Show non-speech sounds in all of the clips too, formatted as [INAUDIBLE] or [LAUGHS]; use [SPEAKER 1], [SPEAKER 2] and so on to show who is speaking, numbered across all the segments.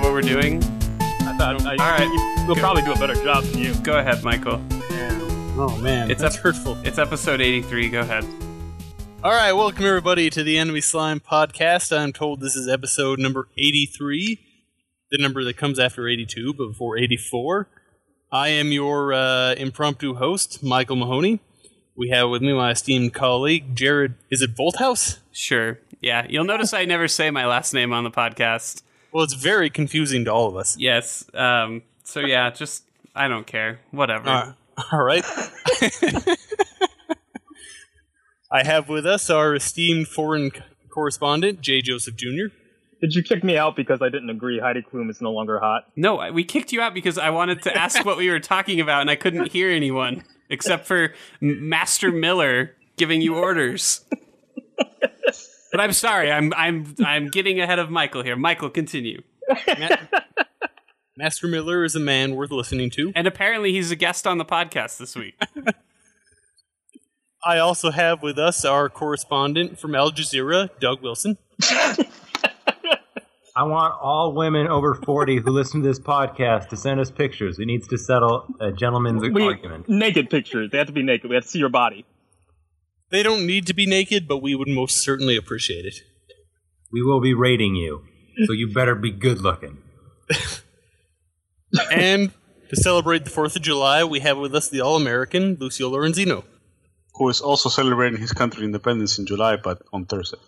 [SPEAKER 1] oh,
[SPEAKER 2] doing?
[SPEAKER 1] I thought I,
[SPEAKER 2] All right,
[SPEAKER 1] we'll
[SPEAKER 2] Go.
[SPEAKER 1] probably do a better job than you.
[SPEAKER 2] go ahead, Michael.
[SPEAKER 3] Oh man,
[SPEAKER 2] It's
[SPEAKER 3] that's
[SPEAKER 2] up-
[SPEAKER 3] hurtful.
[SPEAKER 2] It's episode 83. Go ahead.
[SPEAKER 3] All right, welcome everybody to the Enemy Slime podcast. I'm told this is episode number 83, the number that comes after 82 but before 84. I am your uh, impromptu host, Michael Mahoney. We have with me my esteemed colleague, Jared. Is it Volthouse?
[SPEAKER 2] Sure. Yeah, you'll notice I never say my last name on the podcast.
[SPEAKER 3] Well, it's very confusing to all of us.
[SPEAKER 2] Yes. Um. So yeah, just I don't care. Whatever.
[SPEAKER 3] Uh, all right. [LAUGHS] I have with us our esteemed foreign c- correspondent, J. Joseph Jr.
[SPEAKER 1] Did you kick me out because I didn't agree Heidi Klum is no longer hot?
[SPEAKER 2] No, I- we kicked you out because I wanted to ask what we were talking about, and I couldn't hear anyone except for M- Master Miller giving you orders. But I'm sorry, I'm I'm I'm getting ahead of Michael here. Michael, continue.
[SPEAKER 3] Ma- Master Miller is a man worth listening to.
[SPEAKER 2] And apparently, he's a guest on the podcast this week.
[SPEAKER 3] I also have with us our correspondent from Al Jazeera, Doug Wilson.
[SPEAKER 4] I want all women over 40 who listen to this podcast to send us pictures. It needs to settle a gentleman's argument.
[SPEAKER 1] naked pictures. They have to be naked. We have to see your body.
[SPEAKER 3] They don't need to be naked, but we would most certainly appreciate it.
[SPEAKER 4] We will be rating you, so you better be good looking.
[SPEAKER 3] and to celebrate the 4th of July, we have with us the All American, Lucio Lorenzino.
[SPEAKER 5] who is also celebrating his country independence in July, but on Thursday.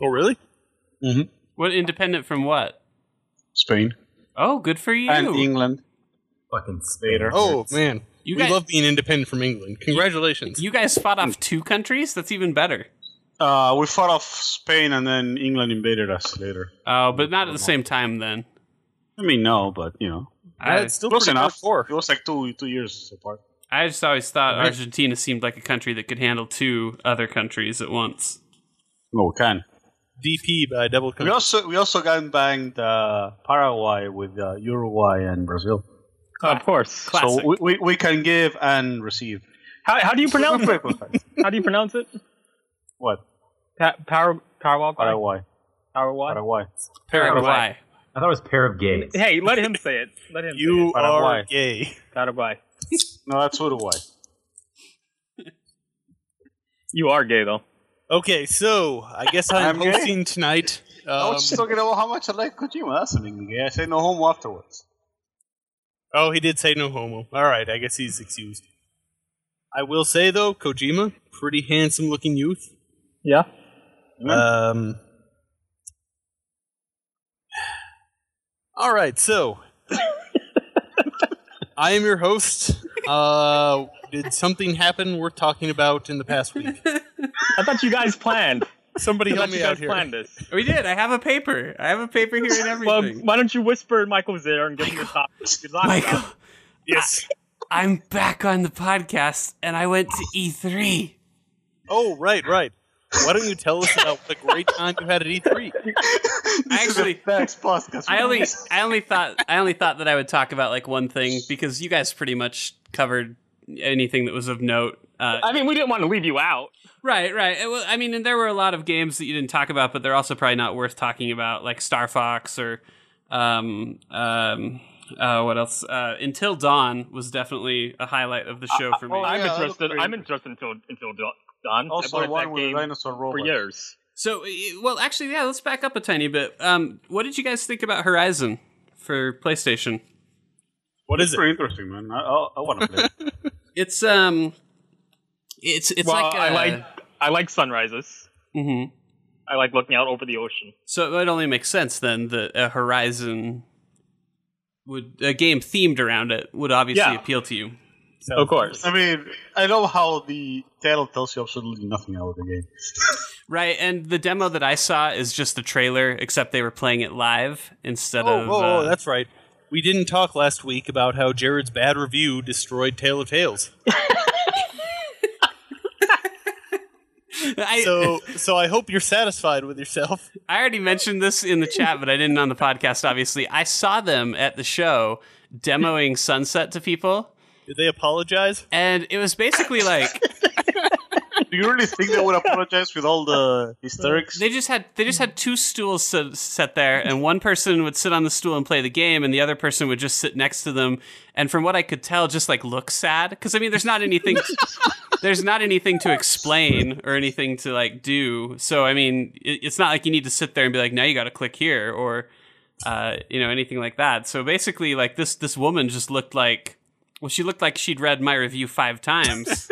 [SPEAKER 3] Oh, really?
[SPEAKER 2] What independent from what?
[SPEAKER 5] Spain
[SPEAKER 2] Oh, good for you.
[SPEAKER 5] and England.
[SPEAKER 4] Fucking Spader.
[SPEAKER 3] Oh, man.
[SPEAKER 2] You
[SPEAKER 3] we
[SPEAKER 2] guys-
[SPEAKER 3] love being independent from England. Congratulations.
[SPEAKER 2] You guys fought off two countries. That's even better.
[SPEAKER 5] Uh, we fought off Spain and then England invaded us later.
[SPEAKER 2] Oh, but not at the same time then.
[SPEAKER 5] I mean, no, but you know,
[SPEAKER 3] Yeah,
[SPEAKER 2] I,
[SPEAKER 3] it's still
[SPEAKER 5] close
[SPEAKER 3] pretty
[SPEAKER 5] enough.
[SPEAKER 3] hardcore.
[SPEAKER 5] It was like two two years apart.
[SPEAKER 2] I just always thought
[SPEAKER 3] Right.
[SPEAKER 2] Argentina seemed like a country that could handle two other countries at once.
[SPEAKER 5] No, we can.
[SPEAKER 3] DP by Double
[SPEAKER 5] We
[SPEAKER 3] Country.
[SPEAKER 5] also we also got banged uh, Paraguay with uh, Uruguay and Brazil.
[SPEAKER 1] of course.
[SPEAKER 2] Classic.
[SPEAKER 5] So we, we, we can give and receive.
[SPEAKER 1] How, how do you pronounce it? [LAUGHS] How do you pronounce it?
[SPEAKER 5] What
[SPEAKER 1] Pa- power, power, power,
[SPEAKER 5] Paraguay?
[SPEAKER 1] power,
[SPEAKER 5] Paraguay.
[SPEAKER 2] Paraguay.
[SPEAKER 4] I thought it was pair of gays.
[SPEAKER 1] Hey, let him say it. Let him.
[SPEAKER 3] You
[SPEAKER 5] But I'm
[SPEAKER 3] are
[SPEAKER 5] white.
[SPEAKER 3] gay.
[SPEAKER 1] say it. Paraguay.
[SPEAKER 5] No, that's Uruguay.
[SPEAKER 1] You are gay though.
[SPEAKER 3] Okay, so I guess I'm,
[SPEAKER 5] I'm gay. Oh,
[SPEAKER 3] hosting tonight.
[SPEAKER 5] I
[SPEAKER 3] Um,
[SPEAKER 5] was just talking about how much I like Kojima. That's something gay. I say no homo afterwards.
[SPEAKER 3] Oh, he did say no homo. All right, I guess he's excused. I will say though, Kojima, pretty handsome looking youth.
[SPEAKER 1] Yeah.
[SPEAKER 3] Um. All right, so I am your host. Uh, did something happen worth talking about in the past week?
[SPEAKER 1] I thought you guys planned.
[SPEAKER 3] Somebody
[SPEAKER 1] I
[SPEAKER 3] help
[SPEAKER 1] thought you
[SPEAKER 3] me out
[SPEAKER 1] guys
[SPEAKER 3] here.
[SPEAKER 1] planned this.
[SPEAKER 2] We did. I have a paper. I have a paper here and
[SPEAKER 1] Well,
[SPEAKER 2] everything.
[SPEAKER 1] why don't you whisper in Michael's ear and give him the top? Good luck.
[SPEAKER 2] [LAUGHS] Michael,
[SPEAKER 3] Yes.
[SPEAKER 2] I'm back on the podcast and I went to E E3.
[SPEAKER 3] [LAUGHS] Oh, right, right. Why don't you tell us about what a great time you had at E [LAUGHS] E3?
[SPEAKER 2] Actually,
[SPEAKER 5] Thanks, podcast.
[SPEAKER 2] I only I only thought I only thought that I would talk about like one thing because you guys pretty much covered anything that was of note. Uh,
[SPEAKER 1] I mean, we didn't want to leave you out.
[SPEAKER 2] right, right. It wa- I mean, and there were a lot of games that you didn't talk about, but they're also probably not worth talking about, like Star Fox or um um uh, what else? Uh, Until Dawn was definitely a highlight of the show for me.
[SPEAKER 5] oh,
[SPEAKER 1] I'm
[SPEAKER 5] yeah, that
[SPEAKER 1] interested.
[SPEAKER 5] looked
[SPEAKER 1] I'm
[SPEAKER 5] pretty-
[SPEAKER 1] interested until until do- done.
[SPEAKER 5] also
[SPEAKER 1] I
[SPEAKER 5] the
[SPEAKER 1] wanted
[SPEAKER 5] one
[SPEAKER 1] that
[SPEAKER 5] with the
[SPEAKER 1] game
[SPEAKER 5] dinosaur
[SPEAKER 1] for
[SPEAKER 5] robot.
[SPEAKER 1] years.
[SPEAKER 2] So, i- well, actually, yeah, let's back up a tiny bit. Um, what did you guys think about Horizon for PlayStation?
[SPEAKER 3] What is
[SPEAKER 5] It's
[SPEAKER 3] it?
[SPEAKER 5] pretty interesting, man. I, I, I want to play. it.
[SPEAKER 2] It's um, it's it's
[SPEAKER 1] well,
[SPEAKER 2] like
[SPEAKER 1] I
[SPEAKER 2] uh,
[SPEAKER 1] like I like sunrises.
[SPEAKER 2] mhm.
[SPEAKER 1] I like looking out over the ocean.
[SPEAKER 2] So it would only make sense then that a Horizon would a game themed around it would obviously
[SPEAKER 1] Yeah.
[SPEAKER 2] appeal to you.
[SPEAKER 1] Of course.
[SPEAKER 5] I mean, I know how the title tells you absolutely nothing about the game.
[SPEAKER 2] Right, and the demo that I saw is just the trailer, except they were playing it live instead
[SPEAKER 3] Oh,
[SPEAKER 2] of.
[SPEAKER 3] whoa,
[SPEAKER 2] uh,
[SPEAKER 3] whoa, that's right. We didn't talk last week about how Jared's bad review destroyed Tale of Tales.
[SPEAKER 2] [LAUGHS] I,
[SPEAKER 1] [LAUGHS]
[SPEAKER 3] So, so I hope you're satisfied with yourself.
[SPEAKER 2] I already mentioned this in the chat, but I didn't on the podcast, obviously. I saw them at the show demoing Sunset to people,
[SPEAKER 3] Did they apologize?
[SPEAKER 2] and it was basically like
[SPEAKER 5] Do you really think they would apologize with all the hysterics?
[SPEAKER 2] They just had they just had two stools set, set there, and one person would sit on the stool and play the game, and the other person would just sit next to them. And from what I could tell, just like look sad because I mean, there's not anything there's not anything to explain or anything to like do. So I mean, it, it's not like you need to sit there and be like, now you got to click here or uh, you know anything like that. So basically, like this this woman just looked like well, she looked like she'd read my review five times.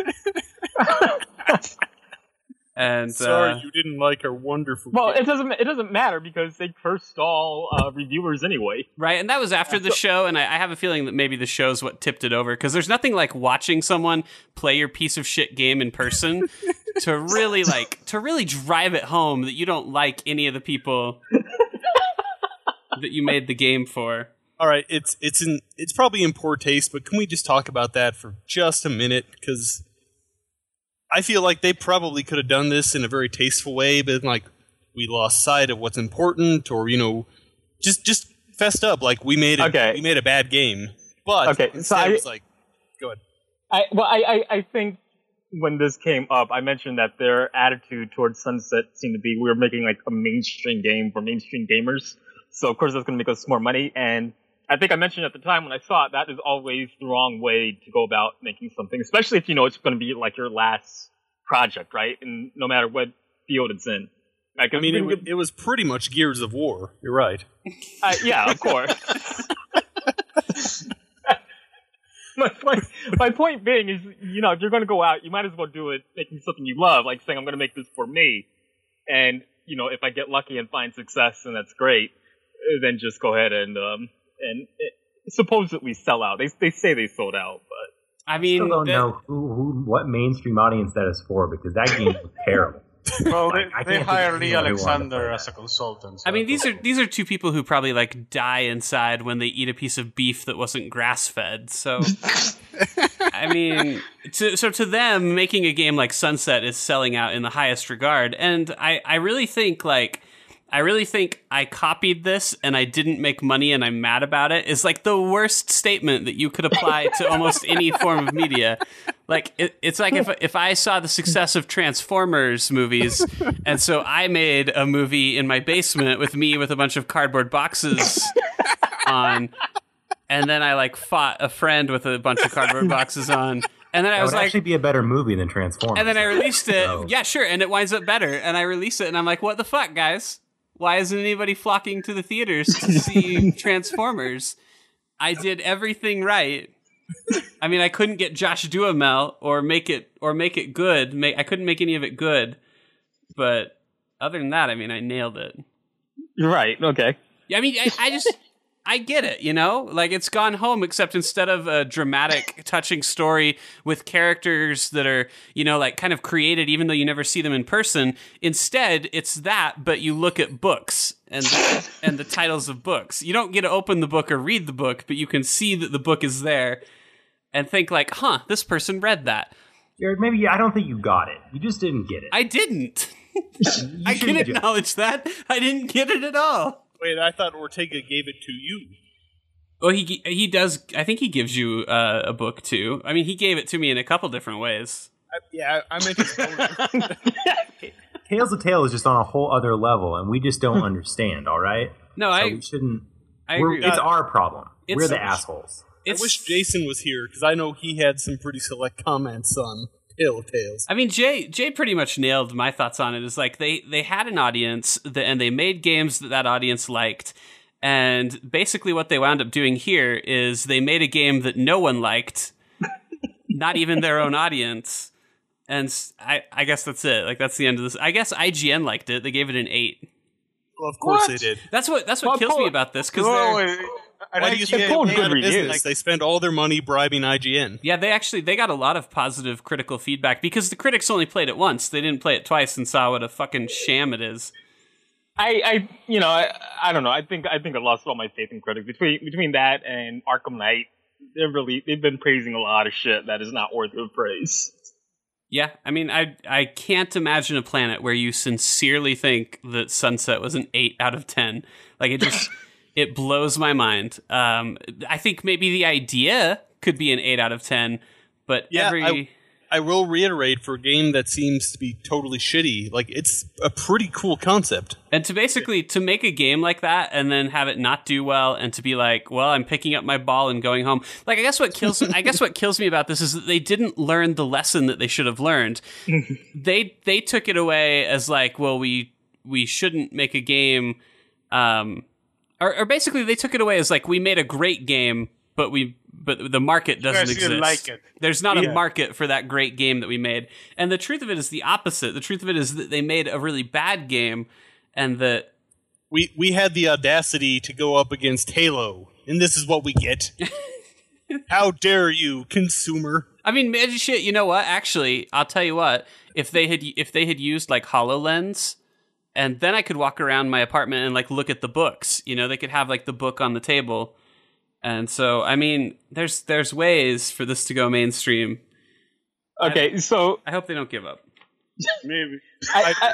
[SPEAKER 2] And
[SPEAKER 3] Sorry,
[SPEAKER 2] uh,
[SPEAKER 3] you didn't like our wonderful.
[SPEAKER 1] Well,
[SPEAKER 3] game.
[SPEAKER 1] it doesn't it doesn't matter because they cursed all uh, reviewers anyway.
[SPEAKER 2] Right, and that was after the show, and I, I have a feeling that maybe the show's what tipped it over because there's nothing like watching someone play your piece of shit game in person
[SPEAKER 4] [LAUGHS]
[SPEAKER 2] to really like to really drive it home that you don't like any of the people that you made the game for.
[SPEAKER 3] all right, it's it's in it's probably in poor taste, but can we just talk about that for just a minute? Because I feel like they probably could have done this in a very tasteful way, but like we lost sight of what's important, or you know, just just fessed up like we made a,
[SPEAKER 1] Okay.
[SPEAKER 3] we made a bad game. But
[SPEAKER 1] Okay, so
[SPEAKER 3] instead
[SPEAKER 1] I-
[SPEAKER 3] it was like
[SPEAKER 1] I well, I, I I think when this came up, I mentioned that their attitude towards Sunset seemed to be we were making like a mainstream game for mainstream gamers, so of course that's going to make us more money. And I think I mentioned at the time when I saw it that is always the wrong way to go about making something, especially if you know it's going to be like your last project, right? And no matter what field it's in. Like,
[SPEAKER 3] I
[SPEAKER 1] [LAUGHS]
[SPEAKER 3] mean it, wa- it was pretty much Gears of War. You're right.
[SPEAKER 1] uh, yeah, of course. [LAUGHS] my point, my point being is, you know, if you're going to go out, you might as well do it making something you love, like saying, I'm going to make this for me. And, you know, if I get lucky and find success, and that's great, uh, then just go ahead and, um, and it, supposedly sell out. They, they say they sold out, but
[SPEAKER 2] I
[SPEAKER 4] I
[SPEAKER 2] mean,
[SPEAKER 4] still don't
[SPEAKER 2] that-
[SPEAKER 4] know who, who, what mainstream audience that is for because that
[SPEAKER 2] [LAUGHS]
[SPEAKER 4] game was terrible.
[SPEAKER 5] Well, they,
[SPEAKER 4] Like, I
[SPEAKER 5] they
[SPEAKER 4] can't think of
[SPEAKER 5] hire Lee
[SPEAKER 4] anyone who wanted to
[SPEAKER 5] Alexander
[SPEAKER 4] play
[SPEAKER 5] as a
[SPEAKER 4] that.
[SPEAKER 5] consultant.
[SPEAKER 2] I mean,
[SPEAKER 5] so-
[SPEAKER 2] these are these are two people who probably like die inside when they eat a piece of beef that wasn't grass fed. So, I mean, to, so to them, making a game like Sunset is selling out in the highest regard, and I I really think like. I really think I copied this and I didn't make money and I'm mad about it is like the worst statement that you could apply to almost any form of media. Like it, it's like if if I saw the success of Transformers movies and so I made a movie in my basement with me with a bunch of cardboard boxes on and then I like fought a friend with a bunch of cardboard boxes on and then I
[SPEAKER 4] That
[SPEAKER 2] was
[SPEAKER 4] would
[SPEAKER 2] like
[SPEAKER 4] actually be a better movie than Transformers.
[SPEAKER 2] and then I released it.
[SPEAKER 4] Oh.
[SPEAKER 2] Yeah, sure. And it winds up better. And I release it, and I'm like, what the fuck, guys? Why isn't anybody flocking to the theaters
[SPEAKER 4] [LAUGHS]
[SPEAKER 2] to see Transformers? I did everything right. I mean, I couldn't get Josh Duhamel or make it or make it good. Make, I couldn't make any of it good. But other than that, I mean, I nailed it.
[SPEAKER 1] you're right. Okay.
[SPEAKER 2] Yeah, I mean, I, I just, I get it, you know? Like, it's gone home, except instead of a dramatic, touching story with characters that are, you know, like kind of created, even though you never see them in person, instead, it's that, but you look at books and the, and the titles of books. You don't get to open the book or read the book, but you can see that the book is there and think, like, huh, this person read that.
[SPEAKER 4] Jared, maybe you- I don't think you got it. You just didn't get it.
[SPEAKER 2] I didn't.
[SPEAKER 4] You
[SPEAKER 2] I can [LAUGHS]
[SPEAKER 4] shouldn't judge.
[SPEAKER 2] acknowledge that. I didn't get it at all.
[SPEAKER 3] Wait, I thought Ortega gave it to you.
[SPEAKER 2] Well, he gi- he does. I think he gives you uh, a book too. I mean, he gave it to me in a couple different ways.
[SPEAKER 3] I, yeah, I, I meant to
[SPEAKER 4] Tales of Tale is just on a whole other level, and we
[SPEAKER 2] [LAUGHS]
[SPEAKER 4] just don't understand. All right,
[SPEAKER 2] No,
[SPEAKER 4] so
[SPEAKER 2] I
[SPEAKER 4] we shouldn't.
[SPEAKER 2] I
[SPEAKER 4] we're-
[SPEAKER 2] agree. Uh,
[SPEAKER 4] it's our problem.
[SPEAKER 2] It's-
[SPEAKER 4] we're the assholes.
[SPEAKER 2] It's-
[SPEAKER 3] I wish Jason was here because I know he had some pretty select comments on Tale of Tales.
[SPEAKER 2] I mean, Jay Jay pretty much nailed my thoughts on it. Is like they they had an audience that, and they made games that that audience liked, and basically what they wound up doing here is they made a game that no
[SPEAKER 1] [LAUGHS]
[SPEAKER 2] one liked, not even their own audience. And s- I, I guess that's it. Like that's the end of this. I guess IGN liked it. They gave it an eight.
[SPEAKER 3] Well, of course
[SPEAKER 5] What?
[SPEAKER 3] they did.
[SPEAKER 2] That's what that's what
[SPEAKER 1] Well,
[SPEAKER 2] kills
[SPEAKER 1] Paul-
[SPEAKER 2] me about this because
[SPEAKER 5] [LAUGHS] Whoa,
[SPEAKER 2] they're.
[SPEAKER 5] wait, and
[SPEAKER 3] Why do you
[SPEAKER 5] IGN
[SPEAKER 3] think
[SPEAKER 1] pulled
[SPEAKER 3] they went out of
[SPEAKER 1] good
[SPEAKER 3] business?
[SPEAKER 1] reviews.
[SPEAKER 3] They spend all their money bribing IGN.
[SPEAKER 2] Yeah, they actually they got a lot of positive critical feedback because the critics only played it once. They didn't play it twice and saw what a fucking sham it is.
[SPEAKER 1] I, I, you know, I, I don't know. I think, I think I lost all my faith in critics between between that and Arkham Knight. They're really, they've been praising a lot of shit that is not worth of praise.
[SPEAKER 2] Yeah, I mean, I I can't imagine a planet where you sincerely think that Sunset was an eight out of ten. Like it just it blows my mind. Um, I think maybe the idea could be an eight out of ten, but
[SPEAKER 3] Yeah,
[SPEAKER 2] every
[SPEAKER 3] I- I will reiterate for a game that seems to be totally shitty, like it's a pretty cool concept.
[SPEAKER 2] And to basically to make a game like that and then have it not do well and to be like, well, I'm picking up my ball and going home. Like I guess what
[SPEAKER 6] [LAUGHS]
[SPEAKER 2] kills I guess what kills me about this is that they didn't learn the lesson that they should have learned. they they took it away as like, well, we we shouldn't make a game um or, or basically they took it away as like we made a great game, but we but the market doesn't
[SPEAKER 6] guys
[SPEAKER 2] exist.
[SPEAKER 6] didn't like it.
[SPEAKER 2] There's not a
[SPEAKER 6] Yeah.
[SPEAKER 2] market for that great game that we made. And the truth of it is the opposite. The truth of it is that they made a really bad game and that
[SPEAKER 3] We we had the audacity to go up against Halo, and this is what we [LAUGHS] get. How dare you, consumer?
[SPEAKER 2] I mean, man, shit, you know what? Actually, I'll tell you what. If they had if they had used like HoloLens and then I could walk around my apartment and like look at the books, you know, they could have like the book on the table. And so, I mean, there's there's ways for this to go mainstream.
[SPEAKER 1] Okay, so
[SPEAKER 2] I hope they don't give up.
[SPEAKER 6] Maybe
[SPEAKER 1] I, I,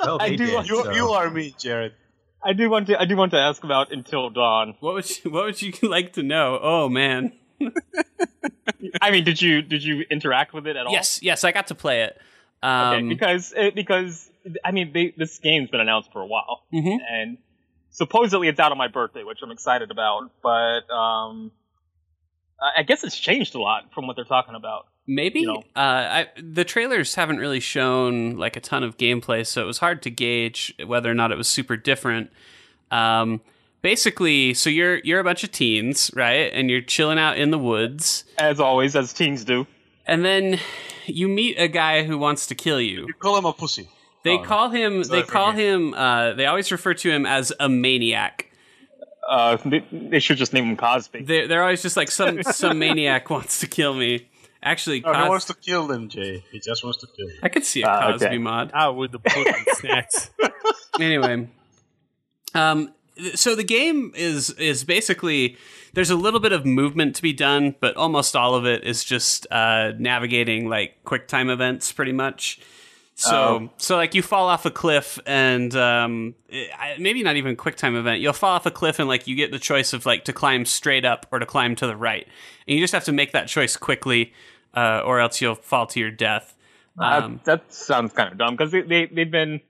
[SPEAKER 4] Well,
[SPEAKER 1] I
[SPEAKER 4] Oh, they
[SPEAKER 1] do
[SPEAKER 4] did,
[SPEAKER 1] want-
[SPEAKER 6] you
[SPEAKER 4] so.
[SPEAKER 6] you are me, Jared.
[SPEAKER 1] I do want to I do want to ask about Until Dawn.
[SPEAKER 2] What would you, [LAUGHS] what would you like to know? Oh man.
[SPEAKER 1] I mean, did you did you interact with it at all?
[SPEAKER 2] Yes, yes, I got to play it.
[SPEAKER 1] Okay,
[SPEAKER 2] Um,
[SPEAKER 1] because eh, because I mean, they, this game's been announced for a while,
[SPEAKER 2] Mhm.
[SPEAKER 1] and supposedly it's out on my birthday, which I'm excited about. But um, I I guess it's changed a lot from what they're talking about.
[SPEAKER 2] maybe
[SPEAKER 1] you know.
[SPEAKER 2] uh, I, the trailers haven't really shown like a ton of gameplay, so it was hard to gauge whether or not it was super different. Um, basically, so you're you're a bunch of teens, right? And you're chilling out in the woods,
[SPEAKER 1] As always, as teens do.
[SPEAKER 2] and then you meet a guy who wants to kill you.
[SPEAKER 6] You call him a pussy.
[SPEAKER 2] They
[SPEAKER 6] Oh,
[SPEAKER 2] call him.
[SPEAKER 6] So
[SPEAKER 2] They
[SPEAKER 6] I
[SPEAKER 2] call him. Uh, they always refer to him as a maniac.
[SPEAKER 1] Uh, they, they should just name him Cosby.
[SPEAKER 2] They're, they're always just like some
[SPEAKER 6] [LAUGHS]
[SPEAKER 2] some maniac wants to kill me. Actually,
[SPEAKER 6] Oh, No, he
[SPEAKER 2] Cos-
[SPEAKER 6] wants to kill them, Jay. He just wants to kill. Them.
[SPEAKER 2] I could see a
[SPEAKER 1] Ah,
[SPEAKER 2] Cosby
[SPEAKER 1] okay.
[SPEAKER 2] mod.
[SPEAKER 3] Out with the pudding
[SPEAKER 6] [LAUGHS]
[SPEAKER 3] snacks.
[SPEAKER 2] Anyway, um, th- so the game is is basically there's a little bit of movement to be done, but almost all of it is just uh, navigating like QuickTime events, pretty much. So, so like you fall off a cliff, and um, it- I- maybe not even QuickTime event. You'll fall off a cliff, and like you get the choice of like to climb straight up or to climb to the right, and you just have to make that choice quickly, uh, or else you'll fall to your death.
[SPEAKER 1] That-
[SPEAKER 2] Um,
[SPEAKER 1] that sounds kind of dumb because they, they they've been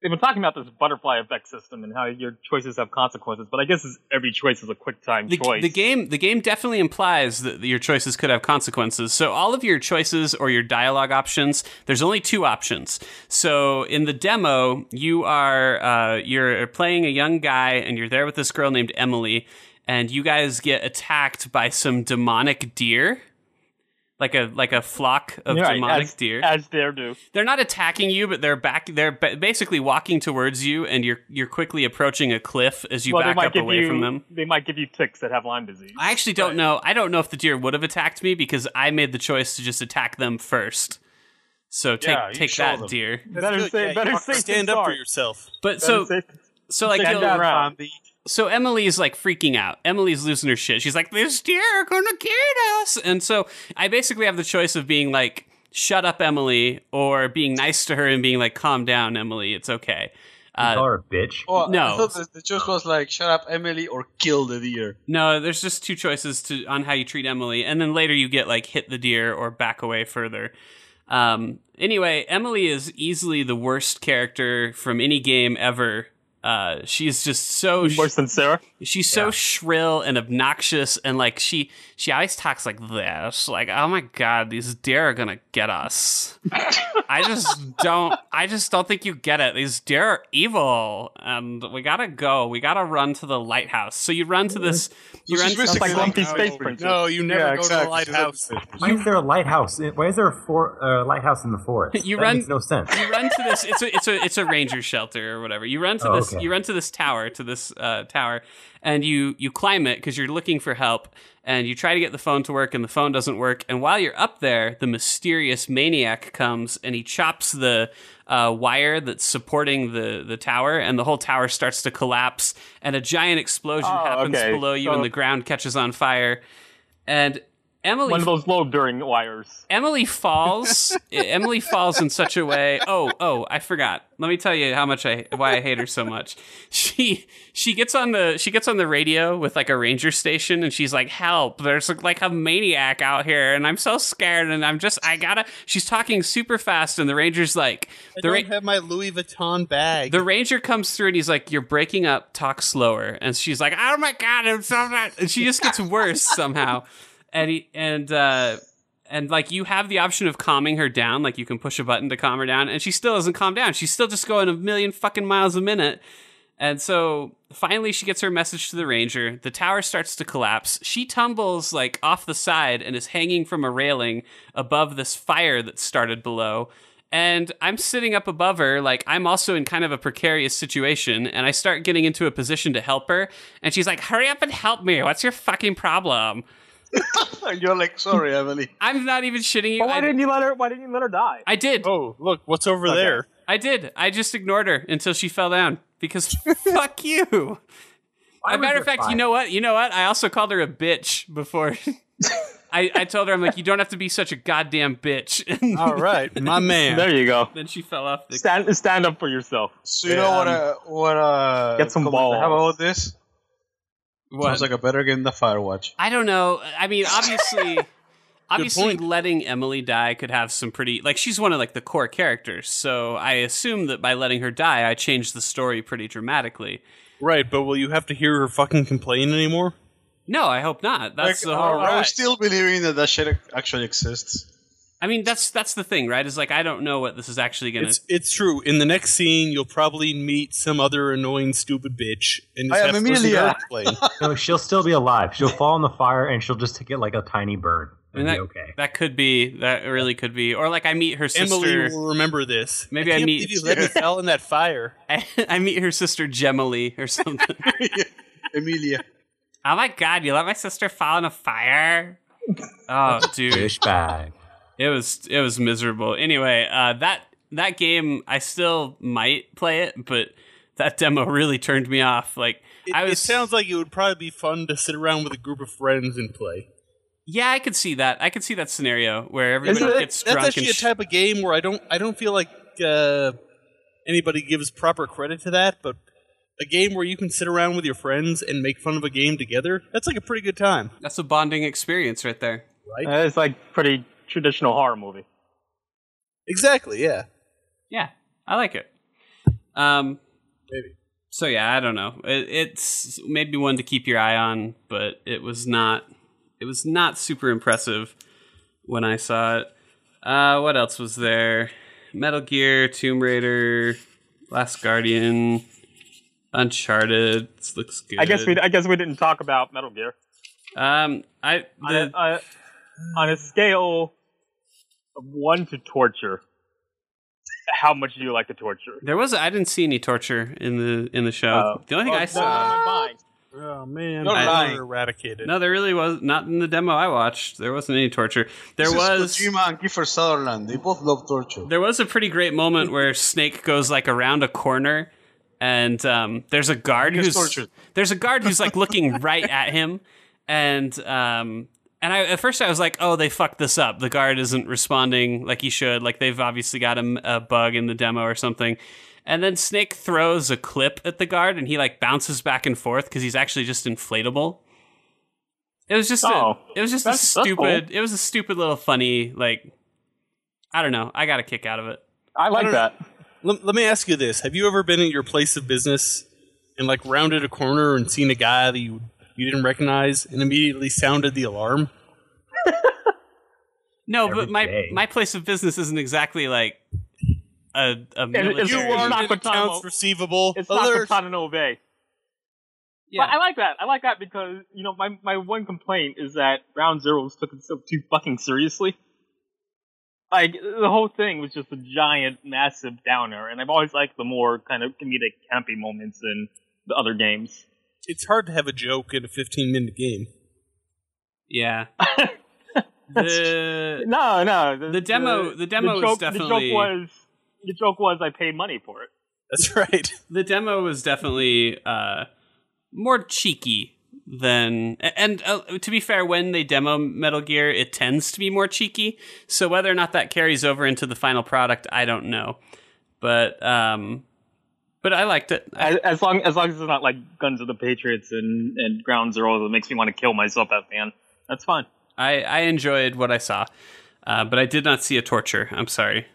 [SPEAKER 1] they've been talking about this butterfly effect system and how your choices have consequences. But I guess it's, every choice is a quick time
[SPEAKER 2] the,
[SPEAKER 1] choice.
[SPEAKER 2] the game the game definitely implies that your choices could have consequences. So all of your choices or your dialogue options, there's only two options. So in the demo, you are uh, you're playing a young guy and you're there with this girl named Emily, and you guys get attacked by some demonic deer. Like a like a flock of
[SPEAKER 1] Right,
[SPEAKER 2] demonic
[SPEAKER 1] as,
[SPEAKER 2] deer
[SPEAKER 1] as dare do.
[SPEAKER 2] they're not attacking you, but they're back. They're ba- basically walking towards you, and you're you're quickly approaching a cliff as you
[SPEAKER 1] well, they
[SPEAKER 2] back
[SPEAKER 1] might
[SPEAKER 2] up
[SPEAKER 1] give
[SPEAKER 2] away
[SPEAKER 1] you
[SPEAKER 2] from them.
[SPEAKER 1] they might give you ticks that have Lyme disease.
[SPEAKER 2] I actually don't know. I don't know if the deer would have attacked me because I made the choice to just attack them first. So take
[SPEAKER 6] Yeah, you
[SPEAKER 2] take
[SPEAKER 6] show
[SPEAKER 2] that
[SPEAKER 6] them.
[SPEAKER 2] deer.
[SPEAKER 1] better
[SPEAKER 3] Good,
[SPEAKER 1] say
[SPEAKER 3] yeah,
[SPEAKER 1] better
[SPEAKER 3] you
[SPEAKER 1] safe than
[SPEAKER 3] stand up for
[SPEAKER 1] sorry.
[SPEAKER 3] yourself.
[SPEAKER 2] But
[SPEAKER 1] Better
[SPEAKER 2] so
[SPEAKER 1] safe-
[SPEAKER 2] so like
[SPEAKER 1] Check
[SPEAKER 2] you'll-
[SPEAKER 1] that
[SPEAKER 3] Um,
[SPEAKER 1] out.
[SPEAKER 2] so Emily's like freaking out. Emily's losing her shit. She's like, "This deer are gonna get us!" And so I basically have the choice of being like, "Shut up, Emily," or being nice to her and being like, "Calm down, Emily. It's okay."
[SPEAKER 4] You
[SPEAKER 2] Uh,
[SPEAKER 4] call her a bitch.
[SPEAKER 6] Oh,
[SPEAKER 2] No.
[SPEAKER 6] I thought the, the choice was like, shut up, Emily, or kill the deer.
[SPEAKER 2] No, there's just two choices to on how you treat Emily, and then later you get like hit the deer or back away further. Um, anyway, Emily is easily the worst character from any game ever. Uh, she's just so sh-
[SPEAKER 1] Worse than
[SPEAKER 2] [LAUGHS]
[SPEAKER 1] Sarah.
[SPEAKER 2] she's so shrill and obnoxious, and like she she always talks like this, like oh my god, these deer are gonna get us. I just don't, I just don't think you get it. These deer are evil, and we gotta go. We gotta run to the lighthouse. So you run to this. You
[SPEAKER 6] So
[SPEAKER 2] run
[SPEAKER 6] she's
[SPEAKER 2] to
[SPEAKER 6] basically
[SPEAKER 1] It's like Lumpy
[SPEAKER 6] how-
[SPEAKER 1] Space Princess.
[SPEAKER 3] No, you never
[SPEAKER 6] Yeah,
[SPEAKER 3] go to the
[SPEAKER 6] exactly.
[SPEAKER 3] lighthouse.
[SPEAKER 4] Why is there a lighthouse? Why is there a for, uh, lighthouse in the
[SPEAKER 2] [LAUGHS]
[SPEAKER 4] forest?
[SPEAKER 2] You
[SPEAKER 4] that
[SPEAKER 2] run-
[SPEAKER 4] makes no sense.
[SPEAKER 2] you run to this it's a it's a it's a ranger shelter or whatever you run to
[SPEAKER 4] Oh,
[SPEAKER 2] this
[SPEAKER 4] okay.
[SPEAKER 2] you run to this tower to this uh, tower and you you climb it because you're looking for help and you try to get the phone to work and the phone doesn't work and while you're up there the mysterious maniac comes and he chops the uh, wire that's supporting the the tower and the whole tower starts to collapse and a giant explosion
[SPEAKER 1] Oh,
[SPEAKER 2] happens
[SPEAKER 1] okay.
[SPEAKER 2] below you
[SPEAKER 1] So-
[SPEAKER 2] and the ground catches on fire and Emily
[SPEAKER 1] One of those lobe during wires.
[SPEAKER 2] Emily falls. [LAUGHS] Emily falls in such a way. Oh, oh, I forgot. Let me tell you how much I why I hate her so much. She she gets on the she gets on the radio with like a ranger station and she's like, "Help! There's like a maniac out here and I'm so scared and I'm just I gotta." She's talking super fast and the ranger's like,
[SPEAKER 3] I
[SPEAKER 2] "The
[SPEAKER 3] don't
[SPEAKER 2] ra-
[SPEAKER 3] have my Louis Vuitton bag.
[SPEAKER 2] the ranger comes through and he's like, "You're breaking up. Talk slower." And she's like, "Oh my god, I'm so mad." And she just gets worse somehow. And he and uh, and like you have the option of calming her down, like you can push a button to calm her down, and she still doesn't calm down. She's still just going a million fucking miles a minute. And so finally, she gets her message to the ranger. The tower starts to collapse. She tumbles like off the side and is hanging from a railing above this fire that started below. And I'm sitting up above her, like I'm also in kind of a precarious situation. And I start getting into a position to help her. And she's like, Hurry up and help me. What's your fucking problem?
[SPEAKER 6] And you're like, sorry, Emily.
[SPEAKER 2] I'm not even shitting you.
[SPEAKER 1] But why
[SPEAKER 2] I,
[SPEAKER 1] didn't you let her? Why didn't you let her die?
[SPEAKER 2] I did.
[SPEAKER 3] oh, look, what's over
[SPEAKER 1] Okay.
[SPEAKER 3] there?
[SPEAKER 2] I did. I just ignored her until she fell down because fuck you.
[SPEAKER 4] Why
[SPEAKER 2] As a
[SPEAKER 4] was
[SPEAKER 2] matter of
[SPEAKER 4] there
[SPEAKER 2] fact,
[SPEAKER 4] five?
[SPEAKER 2] you know what? You know what? I also called her a bitch before. I, I told her, I'm like, you don't have to be such a goddamn bitch. [LAUGHS] And
[SPEAKER 3] All right, [LAUGHS] my man.
[SPEAKER 1] There you go.
[SPEAKER 2] then she fell off the.
[SPEAKER 1] Stand stand up for yourself.
[SPEAKER 6] So you know what? Uh, what? Uh,
[SPEAKER 1] um, Get some
[SPEAKER 6] comment I have
[SPEAKER 1] balls.
[SPEAKER 6] about this?
[SPEAKER 2] What?
[SPEAKER 6] Sounds like a better game than Firewatch.
[SPEAKER 2] I don't know. I mean, obviously, obviously,
[SPEAKER 3] point.
[SPEAKER 2] letting Emily die could have some pretty like she's one of like the core characters. So I assume that by letting her die, I changed the story pretty dramatically.
[SPEAKER 3] Right, but will you have to hear her fucking complain anymore?
[SPEAKER 2] No, I hope not. That's
[SPEAKER 6] like,
[SPEAKER 2] the
[SPEAKER 6] I-
[SPEAKER 2] whole.
[SPEAKER 6] I was still believing that that shit actually exists.
[SPEAKER 2] I mean, that's that's the thing, right? Is like I don't know what this is actually gonna.
[SPEAKER 3] It's it's true. In the next scene, you'll probably meet some other annoying stupid bitch and just
[SPEAKER 6] I
[SPEAKER 3] have
[SPEAKER 6] am
[SPEAKER 3] to listen to her
[SPEAKER 6] Amelia.
[SPEAKER 3] complain.
[SPEAKER 4] No, she'll still be alive. She'll fall in the fire and she'll just get like a tiny burn.
[SPEAKER 2] I mean,
[SPEAKER 4] It'll
[SPEAKER 2] that,
[SPEAKER 4] be okay.
[SPEAKER 2] that could be. That really could be. Or like I meet her sister.
[SPEAKER 3] Emily will remember this.
[SPEAKER 2] Maybe I
[SPEAKER 3] can't
[SPEAKER 2] meet-
[SPEAKER 3] believe
[SPEAKER 2] [LAUGHS]
[SPEAKER 3] you let me fell in that fire.
[SPEAKER 2] I, [LAUGHS] I meet her sister Gemily or something.
[SPEAKER 6] [LAUGHS] Emilia.
[SPEAKER 2] oh my god! You let my sister fall in a fire. Oh, dude.
[SPEAKER 4] Fish bag.
[SPEAKER 2] It was it was miserable. Anyway, uh, that that game I still might play it, but that demo really turned me off. Like
[SPEAKER 3] It,
[SPEAKER 2] I was
[SPEAKER 3] it sounds like it would probably be fun to sit around with a group of friends and play.
[SPEAKER 2] yeah, I could see that. I could see that scenario where everybody
[SPEAKER 3] Isn't it-
[SPEAKER 2] gets
[SPEAKER 3] That's
[SPEAKER 2] drunk
[SPEAKER 3] actually
[SPEAKER 2] and
[SPEAKER 3] a
[SPEAKER 2] sh-
[SPEAKER 3] type of game where I don't I don't feel like uh, anybody gives proper credit to that, but a game where you can sit around with your friends and make fun of a game together, that's like a pretty good time.
[SPEAKER 2] that's a bonding experience right there.
[SPEAKER 1] Uh, It's like pretty traditional horror movie.
[SPEAKER 3] Exactly, yeah.
[SPEAKER 2] Yeah, I like it. Um,
[SPEAKER 3] Maybe.
[SPEAKER 2] So yeah, I don't know. It, it's maybe one to keep your eye on, but it was not. It was not super impressive when I saw it. Uh, what else was there? Metal Gear, Tomb Raider, Last Guardian, Uncharted. This looks good.
[SPEAKER 1] I guess we I guess we didn't talk about Metal Gear.
[SPEAKER 2] Um, I
[SPEAKER 1] On a,
[SPEAKER 2] the,
[SPEAKER 1] uh, on a scale of one to torture, how much do you like to torture?
[SPEAKER 2] there was I didn't see any torture in the in the show.
[SPEAKER 1] Oh.
[SPEAKER 2] the only thing I
[SPEAKER 1] That's
[SPEAKER 2] saw.
[SPEAKER 1] on my mind.
[SPEAKER 3] Oh man,
[SPEAKER 6] No
[SPEAKER 3] I
[SPEAKER 6] lying.
[SPEAKER 3] eradicated.
[SPEAKER 2] No, there really was not in the demo I watched. There wasn't any torture. There
[SPEAKER 6] This is
[SPEAKER 2] was
[SPEAKER 6] Kojima and Kiefer Sutherland. They both love torture.
[SPEAKER 2] there was a pretty great
[SPEAKER 6] [LAUGHS]
[SPEAKER 2] moment where Snake goes like around a corner, and um, there's a guard
[SPEAKER 6] Gets
[SPEAKER 2] who's
[SPEAKER 6] tortured.
[SPEAKER 2] there's a guard who's like
[SPEAKER 6] [LAUGHS]
[SPEAKER 2] looking right at him, and um, and I at first I was like, oh, they fucked this up. The guard isn't responding like he should. Like they've obviously got a, a bug in the demo or something. And then Snake throws a clip at the guard, and he like bounces back and forth because he's actually just inflatable. It was just
[SPEAKER 1] Oh.
[SPEAKER 2] a, it was just a
[SPEAKER 4] [LAUGHS]
[SPEAKER 1] That's- that's
[SPEAKER 2] stupid it was a stupid little funny like I don't know I got a kick out of it.
[SPEAKER 1] I
[SPEAKER 3] I
[SPEAKER 1] like
[SPEAKER 3] don't-
[SPEAKER 1] that.
[SPEAKER 3] Let, let me ask you this: Have you ever been at your place of business and like rounded a corner and seen a guy that you you didn't recognize and immediately sounded the alarm?
[SPEAKER 2] No,
[SPEAKER 4] Every
[SPEAKER 2] but my
[SPEAKER 4] day.
[SPEAKER 2] my place of business isn't exactly like a a military.
[SPEAKER 1] it's- You it's are- not
[SPEAKER 3] Accounts
[SPEAKER 1] Guantanamo.
[SPEAKER 3] receivable.
[SPEAKER 1] It's not
[SPEAKER 3] alert.
[SPEAKER 1] Katana no Obey.
[SPEAKER 2] Yeah.
[SPEAKER 1] But I like that. I like that because you know my, my one complaint is that Round Zero was took itself too fucking seriously. Like the whole thing was just a giant, massive downer, and I've always liked the more kind of comedic, campy moments in the other games.
[SPEAKER 3] it's hard to have a joke in a 15 minute game.
[SPEAKER 2] yeah. the,
[SPEAKER 1] No, no.
[SPEAKER 2] The demo- the demo is
[SPEAKER 1] joke, The
[SPEAKER 2] definitely-
[SPEAKER 1] joke was the joke was I paid money for it.
[SPEAKER 3] That's [LAUGHS] right.
[SPEAKER 2] the demo was definitely uh, more cheeky than a- and uh, to be fair, when they demo Metal Gear, it tends to be more cheeky. So whether or not that carries over into the final product, I don't know. But um, but I liked it. I,
[SPEAKER 1] As, as long as long as it's not like Guns of the Patriots and, and Ground Zero that makes me want to kill myself at the end, that's fine.
[SPEAKER 2] I, I enjoyed what I saw, uh, but I did not see a torture. I'm sorry.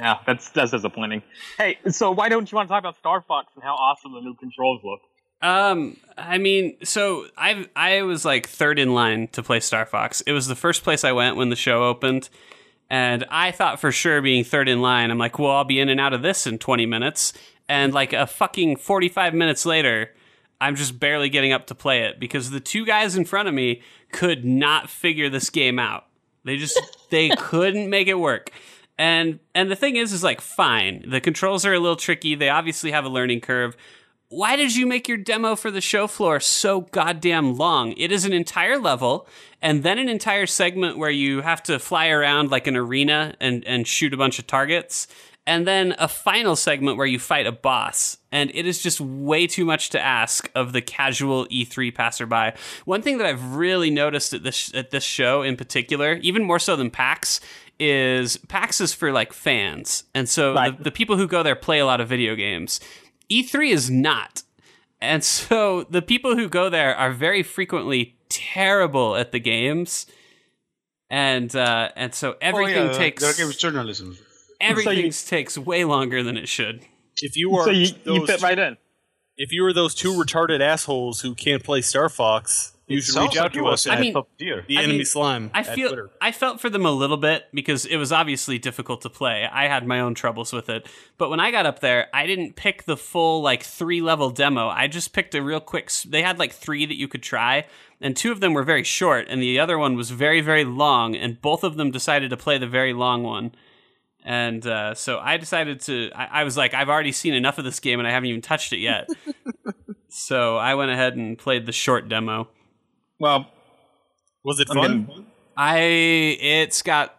[SPEAKER 1] Yeah, that's that's disappointing. Hey, so why don't you want to talk about Star Fox and how awesome the new controls look?
[SPEAKER 2] Um, I mean, so I I was like third in line to play Star Fox. It was the first place I went when the show opened, and I thought for sure being third in line, I'm like, well, I'll be in and out of this in 20 minutes, and like a fucking 45 minutes later, I'm just barely getting up to play it because the two guys in front of me could not figure this game out. They just [LAUGHS] they couldn't make it work. And and the thing is is like fine. The controls are a little tricky. They obviously have a learning curve. Why did you make your demo for the show floor so goddamn long? It is an entire level and then an entire segment where you have to fly around like an arena and and shoot a bunch of targets and then a final segment where you fight a boss. And it is just way too much to ask of the casual E3 passerby. One thing that I've really noticed at this at this show in particular, even more so than PAX, is PAX is for like fans, and so the, the people who go there play a lot of video games. E3 E is not. And so the people who go there are very frequently terrible at the games. And uh, and so everything
[SPEAKER 6] oh, yeah,
[SPEAKER 2] takes
[SPEAKER 6] Their game's journalism.
[SPEAKER 2] everything takes way longer than it should.
[SPEAKER 3] If you are
[SPEAKER 1] So you,
[SPEAKER 3] those,
[SPEAKER 1] you fit right in.
[SPEAKER 3] if you are those two retarded assholes who can't play Star Fox, you should reach out to us
[SPEAKER 2] I
[SPEAKER 3] at
[SPEAKER 2] mean-
[SPEAKER 5] top tier.
[SPEAKER 3] the
[SPEAKER 2] I
[SPEAKER 3] enemy
[SPEAKER 2] mean,
[SPEAKER 3] slime.
[SPEAKER 2] I
[SPEAKER 3] at
[SPEAKER 2] feel
[SPEAKER 3] Twitter.
[SPEAKER 2] I felt for them a little bit because it was obviously difficult to play. I had my own troubles with it. But when I got up there, I didn't pick the full like 3 level demo. I just picked a real quick s- they had like 3 that you could try and two of them were very short and the other one was very very long and both of them decided to play the very long one. And uh, so I decided to. I, I was like, I've already seen enough of this game, and I haven't even touched it yet. so I went ahead and played the short demo.
[SPEAKER 1] Well,
[SPEAKER 3] Was it
[SPEAKER 1] I'm
[SPEAKER 3] fun?
[SPEAKER 2] I it's got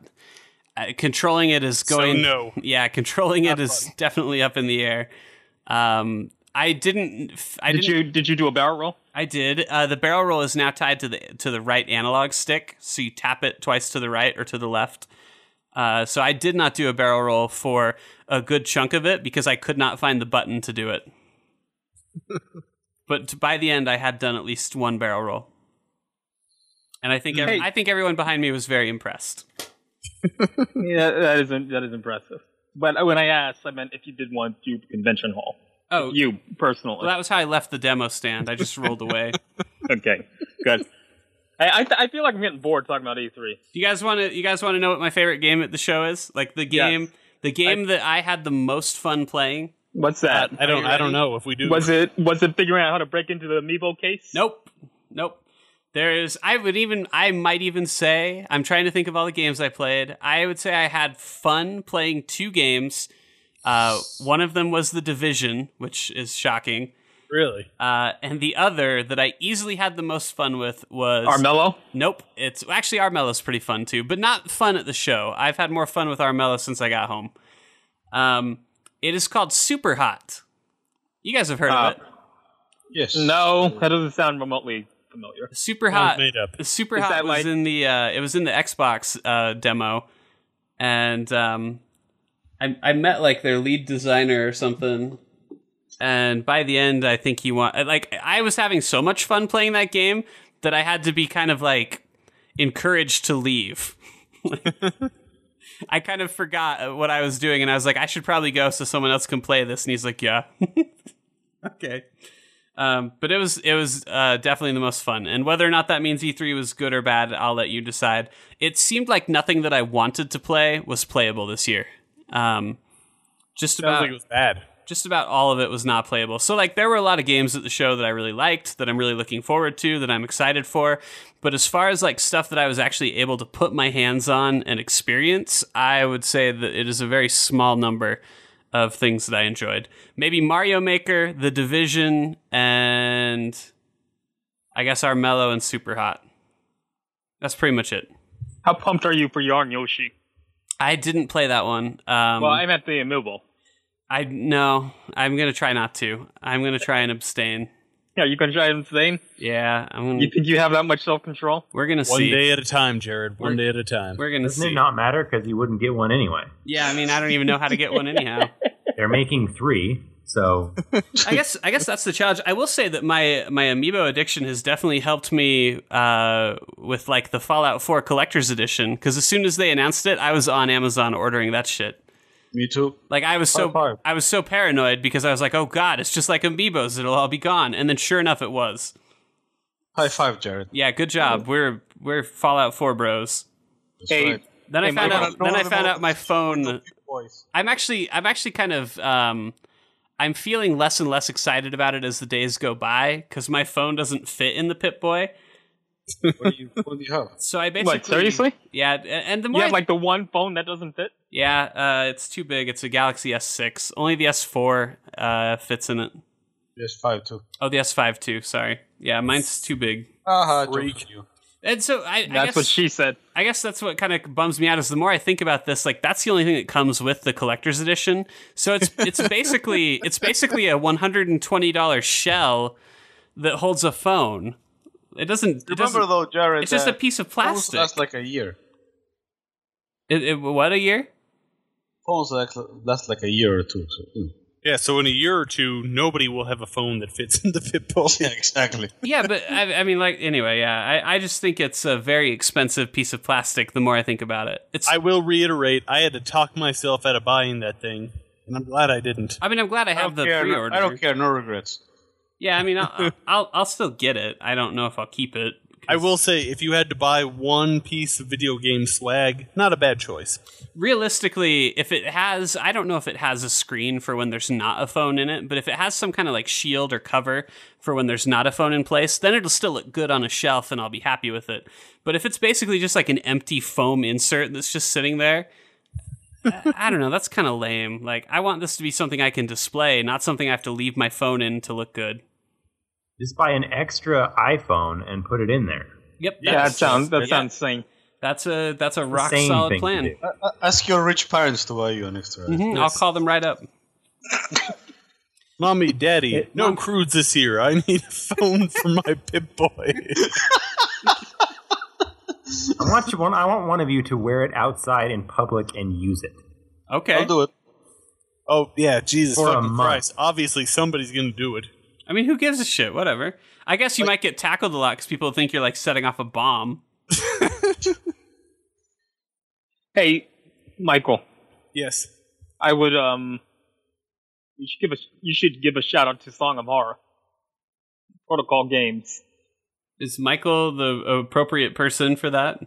[SPEAKER 2] uh, controlling it is going
[SPEAKER 3] So no.
[SPEAKER 2] yeah controlling it is definitely up in the air. Um, I didn't f- I
[SPEAKER 1] did
[SPEAKER 2] didn't
[SPEAKER 1] you did you do a barrel roll?
[SPEAKER 2] I did. Uh, the barrel roll is now tied to the to the right analog stick, so you tap it twice to the right or to the left. Uh, so I did not do a barrel roll for a good chunk of it because I could not find the button to
[SPEAKER 1] [LAUGHS]
[SPEAKER 2] do it. but by the end, I had done at least one barrel roll, and I think ev-
[SPEAKER 1] Hey.
[SPEAKER 2] I think everyone behind me was very impressed.
[SPEAKER 1] Yeah, that is that is impressive. But when I asked, I meant if you did one, do convention hall.
[SPEAKER 2] Oh,
[SPEAKER 1] You personally.
[SPEAKER 2] well, that was how I left the demo stand. I just rolled away.
[SPEAKER 1] okay,
[SPEAKER 2] [LAUGHS]
[SPEAKER 1] good. I, I I feel like I'm getting bored talking about E E3.
[SPEAKER 2] You guys want to? You guys want to know what my favorite game at the show is? Like the game, the game that I had the most fun playing.
[SPEAKER 1] What's that?
[SPEAKER 3] I don't. I don't know if we do.
[SPEAKER 1] was it was it figuring out how to break into the amiibo case?
[SPEAKER 2] Nope, nope. There is. I would even. I might even say. I'm trying to think of all the games I played. I would say I had fun playing two games. Uh, one of them was The Division, which is shocking,
[SPEAKER 3] really?
[SPEAKER 2] uh, and the other that I easily had the most fun with was
[SPEAKER 1] Armello.
[SPEAKER 2] Nope. It's actually Armello's pretty fun too, but not fun at the show. I've had more fun with Armello since I got home. Um, it is called Super Hot. You guys have heard
[SPEAKER 1] Uh,
[SPEAKER 2] of it.
[SPEAKER 6] Yes.
[SPEAKER 1] No, that doesn't sound remotely familiar.
[SPEAKER 2] Super
[SPEAKER 3] Sounds
[SPEAKER 2] Hot.
[SPEAKER 3] made up.
[SPEAKER 2] Super
[SPEAKER 1] Is
[SPEAKER 2] Hot
[SPEAKER 1] that
[SPEAKER 2] was
[SPEAKER 1] like-
[SPEAKER 2] in the uh, it was in the Xbox uh, demo, and um, I, I met like their lead designer or something. And by the end, I think he want like I was having so much fun playing that game that I had to be kind of like encouraged to leave. I kind of forgot uh, what I was doing, and I was like, I should probably go so someone else can play this. And he's like, Yeah, [LAUGHS] okay. Um, but it was it was uh, definitely the most fun. And whether or not that means E3 was good or bad, I'll let you decide. It seemed like nothing that I wanted to play was playable this year. Um, just
[SPEAKER 3] Sounds
[SPEAKER 2] about
[SPEAKER 3] like it was bad.
[SPEAKER 2] just about all of it was not playable. So like there were a lot of games at the show that I really liked, that I'm really looking forward to, that I'm excited for. But as far as like stuff that I was actually able to put my hands on and experience, I would say that it is a very small number of things that I enjoyed. Maybe Mario Maker, The Division, and I guess Armello and Super Hot. That's pretty much it.
[SPEAKER 1] How pumped are you for Yarn Yoshi?
[SPEAKER 2] I didn't play that one. Um,
[SPEAKER 1] Well, I'm at the amiibo.
[SPEAKER 2] I no, I'm gonna try not to. I'm gonna try and abstain.
[SPEAKER 1] Yeah, you gonna drive him insane?
[SPEAKER 2] Yeah, I'm,
[SPEAKER 1] You think you have that much self control?
[SPEAKER 2] we're gonna
[SPEAKER 3] One
[SPEAKER 2] see.
[SPEAKER 3] day at a time, Jared. One day at a time.
[SPEAKER 2] We're gonna
[SPEAKER 4] Doesn't
[SPEAKER 2] see.
[SPEAKER 4] it not matter because you wouldn't get one anyway?
[SPEAKER 2] yeah, I mean, I don't even know how to get one
[SPEAKER 3] [LAUGHS]
[SPEAKER 2] anyhow.
[SPEAKER 4] They're making three, so
[SPEAKER 2] I guess I guess that's the challenge. I will say that my my amiibo addiction has definitely helped me uh, with like the Fallout 4 collector's edition because as soon as they announced it, I was on Amazon ordering that shit.
[SPEAKER 6] Me too.
[SPEAKER 2] Like I was so I was so paranoid because I was like, oh god, it's just like amiibos; it'll all be gone. And then sure enough, it was.
[SPEAKER 6] High five, Jared.
[SPEAKER 2] Yeah, good job. We're we're Fallout 4 bros.
[SPEAKER 6] That's
[SPEAKER 1] Hey,
[SPEAKER 6] right.
[SPEAKER 2] Then I
[SPEAKER 1] Hey,
[SPEAKER 2] found
[SPEAKER 1] Michael,
[SPEAKER 2] out. Then I found out my phone.
[SPEAKER 6] Boys.
[SPEAKER 2] I'm actually I'm actually kind of um I'm feeling less and less excited about it as the days go by because my phone doesn't fit in the Pip Boy.
[SPEAKER 6] What do you, what do you have?
[SPEAKER 2] So I basically
[SPEAKER 1] What, seriously?
[SPEAKER 2] yeah, a- and the
[SPEAKER 1] You
[SPEAKER 2] more
[SPEAKER 1] have like the one phone that doesn't fit?
[SPEAKER 2] yeah, uh, it's too big. It's a Galaxy S6. Only the S4 uh, fits in it.
[SPEAKER 6] Yes, five too.
[SPEAKER 2] Oh, the S5 too. Sorry. Yeah, mine's too big.
[SPEAKER 6] Aha,
[SPEAKER 3] Freak.
[SPEAKER 6] you.
[SPEAKER 2] And so I, I
[SPEAKER 1] That's
[SPEAKER 2] guess
[SPEAKER 1] what she said.
[SPEAKER 2] I guess that's what kind of bums me out is the more I think about this, like that's the only thing that comes with the collector's edition. So it's it's basically it's basically a one hundred and twenty dollar shell that holds a phone. It doesn't. It
[SPEAKER 6] Remember
[SPEAKER 2] doesn't
[SPEAKER 6] though, Jared.
[SPEAKER 2] it's just a
[SPEAKER 6] that
[SPEAKER 2] piece of
[SPEAKER 6] phones
[SPEAKER 2] plastic.
[SPEAKER 6] Last like a year.
[SPEAKER 2] It- it- what a year!
[SPEAKER 6] Phones last, last like a year or two. So, mm.
[SPEAKER 3] Yeah, so in a year or two, nobody will have a phone that fits [LAUGHS] in the pit bull.
[SPEAKER 6] yeah, exactly.
[SPEAKER 2] Yeah, but I, I mean, like anyway, yeah. I, I just think it's a very expensive piece of plastic. The more I think about it, it's.
[SPEAKER 3] I
[SPEAKER 2] I,
[SPEAKER 3] will reiterate, I had to talk myself out of buying that thing, and I'm glad I didn't.
[SPEAKER 2] mean, I'm glad I
[SPEAKER 6] I
[SPEAKER 2] have
[SPEAKER 6] don't
[SPEAKER 2] the
[SPEAKER 6] care, no-
[SPEAKER 2] pre-order.
[SPEAKER 6] I don't care. No regrets.
[SPEAKER 2] Yeah, I mean, I'll, I'll I'll still get it. I don't know if I'll keep it.
[SPEAKER 3] I will say, if you had to buy one piece of video game swag, not a bad choice.
[SPEAKER 2] realistically, if it has, I don't know if it has a screen for when there's not a phone in it, but if it has some kind of like shield or cover for when there's not a phone in place, then it'll still look good on a shelf and I'll be happy with it. But if it's basically just like an empty foam insert that's just sitting there, I I don't know, that's kind of lame. Like, I want this to be something I can display, not something I have to leave my phone in to look good.
[SPEAKER 4] just buy an extra iPhone and put it in there.
[SPEAKER 2] Yep.
[SPEAKER 1] Yeah, that sounds that
[SPEAKER 2] yeah,
[SPEAKER 1] sounds sane.
[SPEAKER 2] That's a that's a rock
[SPEAKER 4] Sane
[SPEAKER 2] solid
[SPEAKER 4] thing to
[SPEAKER 2] plan.
[SPEAKER 4] do.
[SPEAKER 6] Uh, ask your rich parents to buy you an extra.
[SPEAKER 2] Mhm, I'll call them right up.
[SPEAKER 3] [LAUGHS] Mommy, Daddy, no crudes this year. I need a phone [LAUGHS] for my Pip Boy.
[SPEAKER 4] I want you one. I want one of you to wear it outside in public and use it.
[SPEAKER 2] Okay.
[SPEAKER 6] I'll do it.
[SPEAKER 3] [LAUGHS] oh, yeah, Jesus
[SPEAKER 4] For a
[SPEAKER 3] fucking
[SPEAKER 4] month.
[SPEAKER 3] Christ. Obviously, somebody's going to do it.
[SPEAKER 2] I mean, who gives a shit? Whatever. I guess you might get tackled a lot because people think you're like setting off a bomb.
[SPEAKER 1] Hey, Michael,
[SPEAKER 3] Yes.
[SPEAKER 1] I would um you should give a you should give a shout out to Song of Horror. Protocol Games.
[SPEAKER 2] Is Michael the appropriate person for that?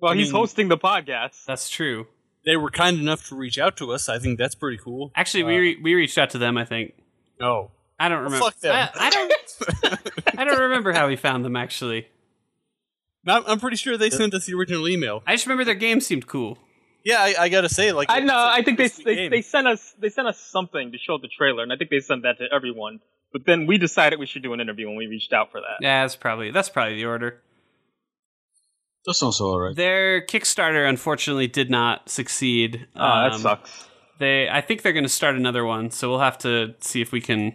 [SPEAKER 1] Well,
[SPEAKER 3] I
[SPEAKER 1] he's
[SPEAKER 3] mean-
[SPEAKER 1] hosting the podcast.
[SPEAKER 2] That's true.
[SPEAKER 3] They were kind enough to reach out to us. I think that's pretty cool.
[SPEAKER 2] Actually, we re- we reached out to them. I think.
[SPEAKER 3] No.
[SPEAKER 2] I don't remember.
[SPEAKER 3] fuck them.
[SPEAKER 2] I, I don't. I don't remember how we found them. Actually,
[SPEAKER 3] I'm I'm pretty sure they sent us the original email.
[SPEAKER 2] I just remember their game seemed cool.
[SPEAKER 3] Yeah, I, I gotta say, like,
[SPEAKER 1] I know. I think they
[SPEAKER 3] It's the
[SPEAKER 1] they,
[SPEAKER 3] game.
[SPEAKER 1] they sent us they sent us something to show the trailer, and I think they sent that to everyone. But then we decided we should do an interview, and we reached out for that.
[SPEAKER 2] Yeah, that's probably that's probably the order.
[SPEAKER 6] That sounds all right.
[SPEAKER 2] Their Kickstarter unfortunately did not succeed.
[SPEAKER 1] Oh,
[SPEAKER 3] Ah,
[SPEAKER 1] that
[SPEAKER 2] Um,
[SPEAKER 1] sucks.
[SPEAKER 2] They, I think they're going to start another one, so we'll have to see if we can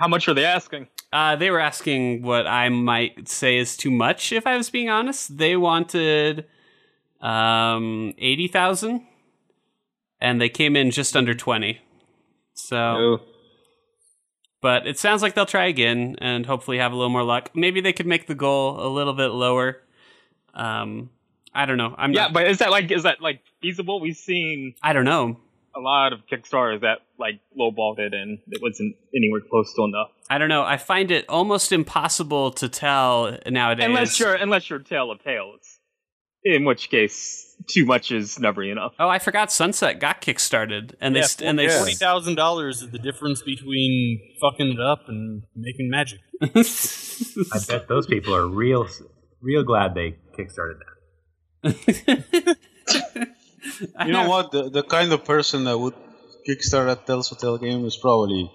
[SPEAKER 1] How much are they asking?
[SPEAKER 2] Uh, they were asking what I might say is too much. If I was being honest, they wanted um, eighty thousand, and they came in just under twenty. So,
[SPEAKER 1] Oh.
[SPEAKER 2] but it sounds like they'll try again and hopefully have a little more luck. Maybe they could make the goal a little bit lower. Um, I don't know. I'm
[SPEAKER 1] Yeah,
[SPEAKER 2] not,
[SPEAKER 1] but is that like is that like feasible? We've seen
[SPEAKER 2] I don't know.
[SPEAKER 1] a lot of Kickstarters that like lowballed it, and it wasn't anywhere close to enough.
[SPEAKER 2] I don't know. I find it almost impossible to tell nowadays.
[SPEAKER 1] Unless you're unless you're Tale of Tales, in which case too much is never enough.
[SPEAKER 2] Oh, I forgot Sunset got kickstarted, and they st- and they
[SPEAKER 3] forty thousand dollars is the difference between fucking it up and making magic.
[SPEAKER 4] I bet those people are real, real glad they kickstarted that.
[SPEAKER 2] [LAUGHS]
[SPEAKER 6] You know what? The, the kind of person that would kickstart a Tales of Tale game is probably.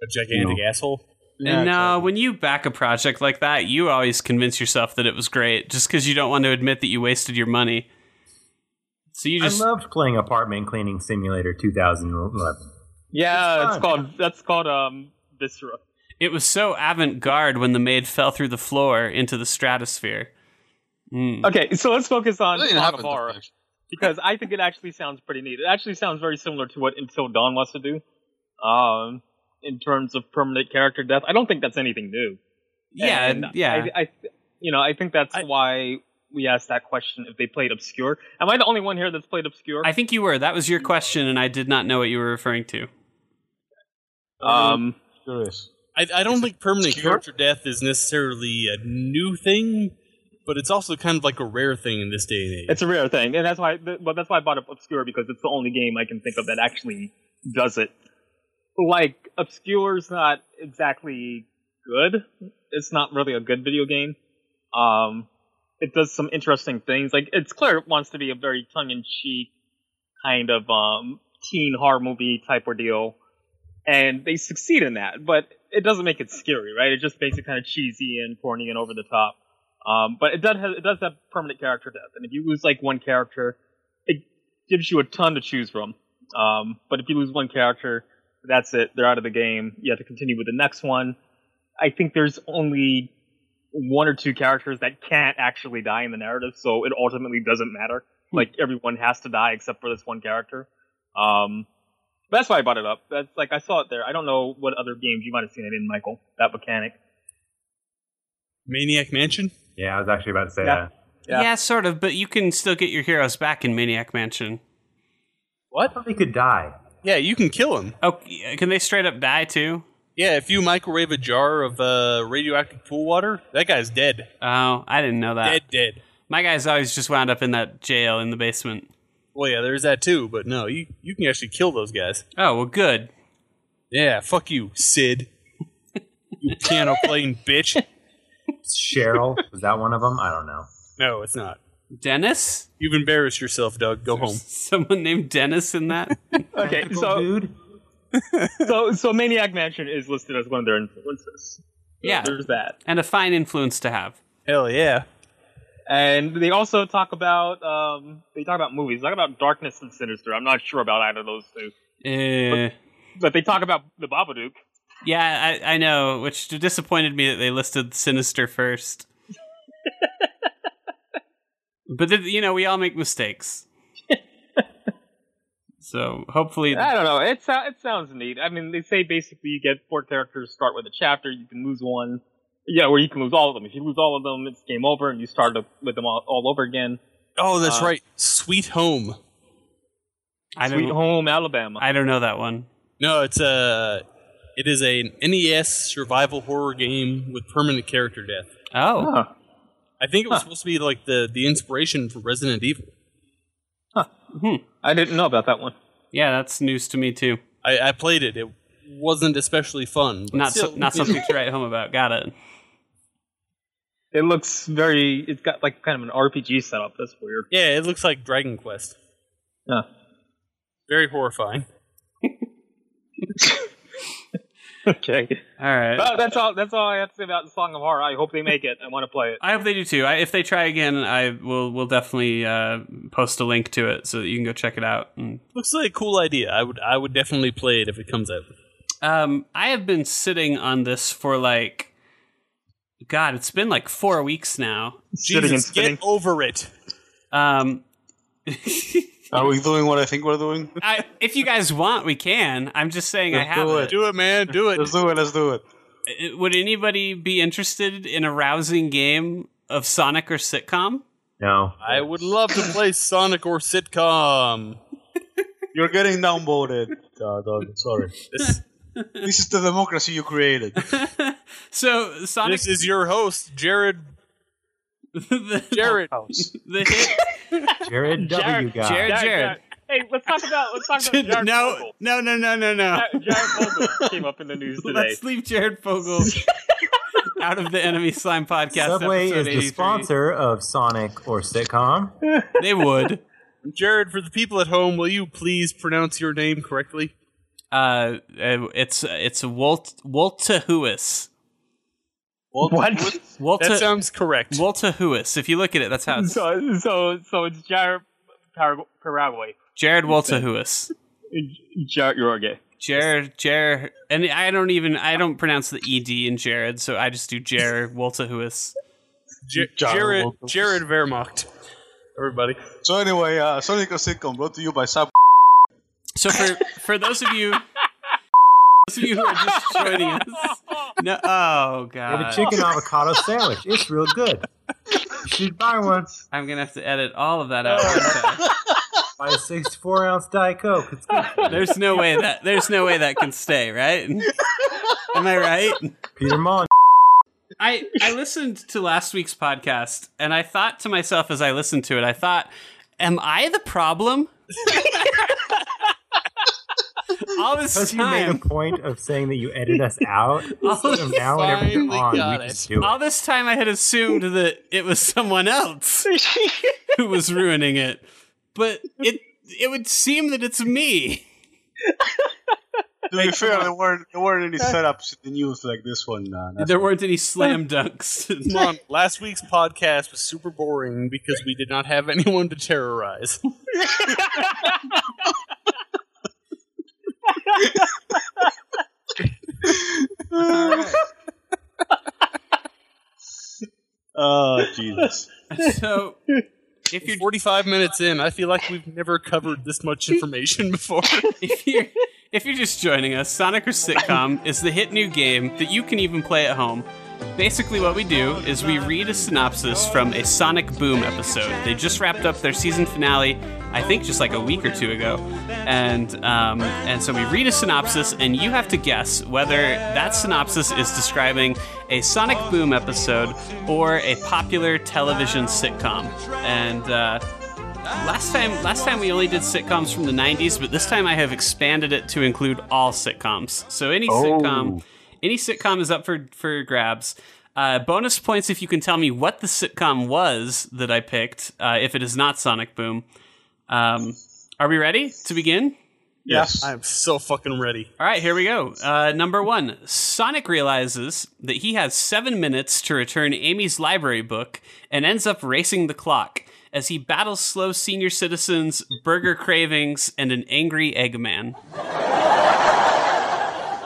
[SPEAKER 3] A gigantic asshole.
[SPEAKER 2] and now,
[SPEAKER 6] exactly.
[SPEAKER 2] when you back a project like that, you always convince yourself that it was great just because you don't want to admit that you wasted your money. So you just
[SPEAKER 4] I loved playing Apartment Cleaning Simulator 2011.
[SPEAKER 1] Yeah,
[SPEAKER 4] It's
[SPEAKER 1] it's,
[SPEAKER 4] fun.
[SPEAKER 1] called that's called um Viscera.
[SPEAKER 2] It was so avant garde when the maid fell through the floor into the stratosphere. Mm.
[SPEAKER 1] Okay, so let's focus on
[SPEAKER 6] It didn't happen.
[SPEAKER 1] Navarro. because I think it actually sounds pretty neat. It actually sounds very similar to what Until Dawn wants to do, um, in terms of permanent character death. I don't think that's anything new.
[SPEAKER 2] Yeah,
[SPEAKER 1] And
[SPEAKER 2] yeah.
[SPEAKER 1] I, I, you know, I think that's
[SPEAKER 2] I-
[SPEAKER 1] why we asked that question if they played obscure. Am I the only one here that's played obscure?
[SPEAKER 2] I think you were. That was your question, and I did not know what you were referring to.
[SPEAKER 1] um,
[SPEAKER 6] Curious.
[SPEAKER 3] I, I don't think permanent character death is necessarily a new thing, but it's also kind of like a rare thing in this day and age.
[SPEAKER 1] it's a rare thing, and that's why. th- Well, that's why I brought up obscure because it's the only game I can think of that actually does it. Like obscure's not exactly good. It's not really a good video game. Um, it does some interesting things. Like it's clear it wants to be a very tongue-in-cheek kind of um, teen horror movie type ordeal, and they succeed in that. But it doesn't make it scary, right? It just makes it kind of cheesy and corny and over the top. Um, but it does have, it does have permanent character death, and if you lose like one character, it gives you a ton to choose from. Um, but if you lose one character, that's it; they're out of the game. You have to continue with the next one. I think there's only one or two characters that can't actually die in the narrative, so it ultimately doesn't matter. Like everyone has to die except for this one character. Um, but that's why I brought it up. That's like I saw it there. I don't know what other games you might have seen it in, Michael. That mechanic.
[SPEAKER 3] Maniac Mansion?
[SPEAKER 4] Yeah, I was actually about to say
[SPEAKER 1] Yeah.
[SPEAKER 4] that.
[SPEAKER 1] Yeah.
[SPEAKER 2] Yeah. sort of, but you can still get your heroes back in Maniac Mansion.
[SPEAKER 4] What? I thought they could die.
[SPEAKER 3] Yeah, you can kill him.
[SPEAKER 2] Oh, yeah, can they straight up die too?
[SPEAKER 3] Yeah, if you microwave a jar of uh, radioactive pool water, that guy's dead.
[SPEAKER 2] Oh, I didn't know that.
[SPEAKER 3] Dead, dead.
[SPEAKER 2] My guys always just wound up in that jail in the basement.
[SPEAKER 3] Well, yeah, there's that too, but no, you, you can actually kill those guys.
[SPEAKER 2] Oh, well, good.
[SPEAKER 3] Yeah, fuck you, Sid. you piano playing bitch.
[SPEAKER 4] Cheryl was that one of them? I don't know.
[SPEAKER 3] No, it's not.
[SPEAKER 2] Dennis? [LAUGHS]
[SPEAKER 3] You've embarrassed yourself, Doug. Go home.
[SPEAKER 2] Someone named Dennis
[SPEAKER 1] [LAUGHS]
[SPEAKER 2] in that?
[SPEAKER 1] Okay,
[SPEAKER 4] Tentacle
[SPEAKER 1] so
[SPEAKER 4] dude,
[SPEAKER 1] so so Maniac Mansion is listed as one of their influences. So
[SPEAKER 2] Yeah.
[SPEAKER 1] there's that,
[SPEAKER 2] and a fine influence to have.
[SPEAKER 3] Hell yeah.
[SPEAKER 1] and they also talk about um, they talk about movies. They talk about Darkness and Sinister. I'm not sure about either of those two,
[SPEAKER 2] Eh.
[SPEAKER 1] but they talk about the Babadook.
[SPEAKER 2] yeah, I, I know, which disappointed me that they listed
[SPEAKER 1] [LAUGHS]
[SPEAKER 2] Sinister first. but, th- you know, we all
[SPEAKER 1] [LAUGHS]
[SPEAKER 2] make mistakes. so hopefully.
[SPEAKER 1] I don't know. It so- it sounds neat. I mean, they say basically you get four characters, start with a chapter. You can lose one, yeah, or you can lose all of them. If you lose all of them, it's game over, and you start up with them all, all over again.
[SPEAKER 3] Oh, that's
[SPEAKER 1] Uh,
[SPEAKER 3] right. Sweet Home.
[SPEAKER 2] I
[SPEAKER 1] Sweet
[SPEAKER 2] don't,
[SPEAKER 1] Home Alabama.
[SPEAKER 2] I don't know that one.
[SPEAKER 3] No, it's a. It is an NES survival horror game with permanent character death.
[SPEAKER 2] Oh.
[SPEAKER 1] Huh.
[SPEAKER 3] I think it was
[SPEAKER 1] Huh.
[SPEAKER 3] supposed to be like the the inspiration for Resident Evil.
[SPEAKER 1] I didn't know about that one.
[SPEAKER 2] Yeah, that's news to me too.
[SPEAKER 3] I, I played it. It wasn't especially fun. but
[SPEAKER 2] Not so,
[SPEAKER 3] still-
[SPEAKER 2] not
[SPEAKER 1] [LAUGHS]
[SPEAKER 2] something to write home about. Got it.
[SPEAKER 1] It looks very. It's got like kind of an RPG setup. That's weird.
[SPEAKER 3] Yeah, it looks like Dragon Quest.
[SPEAKER 1] Huh.
[SPEAKER 3] Very horrifying.
[SPEAKER 1] Okay.
[SPEAKER 2] All right.
[SPEAKER 1] Well, that's all. That's all I have to say about Song of Horror. I hope they make it. I want to play it.
[SPEAKER 2] I hope they do too. I, if they try again, I will will definitely uh, post a link to it so that you can go check it out. Mm. And,
[SPEAKER 3] Looks like a cool idea. I would I would definitely play it if it comes out.
[SPEAKER 2] um, I have been sitting on this for like, God, it's been like four weeks now.
[SPEAKER 1] [LAUGHS] Sitting and
[SPEAKER 3] Jesus,
[SPEAKER 1] spinning.
[SPEAKER 3] get over it.
[SPEAKER 2] Um,
[SPEAKER 6] Are we doing what I think we're doing?
[SPEAKER 2] I, if you guys want, we can. I'm just saying I
[SPEAKER 6] Let's
[SPEAKER 2] have
[SPEAKER 6] do
[SPEAKER 2] it.
[SPEAKER 3] Do it, man. Do it.
[SPEAKER 6] Let's do it. Let's do it.
[SPEAKER 2] Uh, Would anybody be interested in a rousing game of Sonic or sitcom?
[SPEAKER 4] no.
[SPEAKER 3] [LAUGHS] I would love to play Sonic or sitcom.
[SPEAKER 6] You're getting downvoted, uh, Doug. Sorry. [LAUGHS]
[SPEAKER 3] This,
[SPEAKER 6] This is the democracy you created.
[SPEAKER 2] so Sonic,
[SPEAKER 3] this is your host, [LAUGHS] Jared.
[SPEAKER 2] [LAUGHS] the,
[SPEAKER 3] Jared.
[SPEAKER 2] the hit,
[SPEAKER 4] Jared W.
[SPEAKER 1] Jared-
[SPEAKER 4] guy.
[SPEAKER 2] Jared-
[SPEAKER 1] Yeah, yeah. [LAUGHS] Hey, let's talk about let's talk about Jared
[SPEAKER 2] no,
[SPEAKER 1] Fogle.
[SPEAKER 2] no, no, no, no, no.
[SPEAKER 1] Ja- Jared [LAUGHS] Fogle came up in the news today.
[SPEAKER 2] Let's leave Jared
[SPEAKER 3] [LAUGHS]
[SPEAKER 2] Fogle out of the Enemy Slime podcast.
[SPEAKER 4] Subway
[SPEAKER 2] episode
[SPEAKER 4] is the
[SPEAKER 2] 83.
[SPEAKER 4] sponsor of Sonic or sitcom.
[SPEAKER 2] They would.
[SPEAKER 3] Jared, for the people at home, will you please pronounce your name correctly?
[SPEAKER 2] Uh, uh, it's it's Walt Waltahuis.
[SPEAKER 3] [LAUGHS]
[SPEAKER 1] What?
[SPEAKER 3] That
[SPEAKER 2] Walta
[SPEAKER 3] sounds correct.
[SPEAKER 2] Waltahuis. If you look at it, that's how it's
[SPEAKER 1] So so so it's Jared Parag- Paraguay.
[SPEAKER 2] Jared Waltahuis.
[SPEAKER 1] Jared Uruguay.
[SPEAKER 2] Jer, Jer, and I don't even I don't pronounce the ed in Jared, so I just do Jer Woltehuis.
[SPEAKER 3] J-
[SPEAKER 6] John
[SPEAKER 3] Jared,
[SPEAKER 6] Wilkes.
[SPEAKER 3] Jared Wehrmacht. Everybody.
[SPEAKER 6] So anyway, uh, Sonic the Sitcom brought to you by Sub.
[SPEAKER 2] So for for those of you, those of you who are just joining us, no, oh
[SPEAKER 4] I have a
[SPEAKER 2] god,
[SPEAKER 4] chicken avocado sandwich. It's real good. You should buy one.
[SPEAKER 2] I'm gonna have to edit all of that
[SPEAKER 3] [LAUGHS]
[SPEAKER 2] out.
[SPEAKER 4] Buy a 64 ounce Diet Coke. It's good.
[SPEAKER 2] there's no way that there's no way that can stay, right? Am I right?
[SPEAKER 4] Peter Mon.
[SPEAKER 2] I, I listened to last week's podcast and I thought to myself as I listened to it, I thought, am I the problem? all this
[SPEAKER 4] Because you made a
[SPEAKER 2] time,
[SPEAKER 4] point of saying that you edit us out,
[SPEAKER 2] Oh,
[SPEAKER 4] so now whenever you're
[SPEAKER 3] finally
[SPEAKER 4] on,
[SPEAKER 3] got
[SPEAKER 4] we just do it.
[SPEAKER 2] all this time I had assumed that it was someone else who was ruining it, but it it would seem that it's me.
[SPEAKER 6] To be fair, there weren't there weren't any setups in the news like this one. Uh,
[SPEAKER 2] [LAUGHS]
[SPEAKER 6] that's
[SPEAKER 2] There weren't any slam dunks. [LAUGHS]
[SPEAKER 3] Come [LAUGHS] on, last week's podcast was super boring because we did not have [LAUGHS] anyone to terrorize.
[SPEAKER 6] Oh Jesus!
[SPEAKER 2] so if you're
[SPEAKER 3] 45 minutes in, I feel like we've never covered this much information [LAUGHS] before.
[SPEAKER 2] if you're if you're just joining us, Sonic or Sitcom is the hit new game that you can even play at home. Basically, what we do is we read a synopsis from a Sonic Boom episode. They just wrapped up their season finale, I think, just like a week or two ago, and um, and so we read a synopsis, and you have to guess whether that synopsis is describing a Sonic Boom episode or a popular television sitcom. And uh, Last time, last time we only did sitcoms from the '90s, but this time I have expanded it to include all sitcoms. So any sitcom, any sitcom is up for for grabs. Uh, bonus points if you can tell me what the sitcom was that I picked. Uh, if it is not Sonic Boom, um, are we ready to begin?
[SPEAKER 6] Yes.
[SPEAKER 3] I'm so fucking ready.
[SPEAKER 2] All right, here we go. Uh, number one Sonic realizes that he has seven minutes to return Amy's library book and ends up racing the clock as he battles slow senior citizens, burger cravings, and an angry Eggman.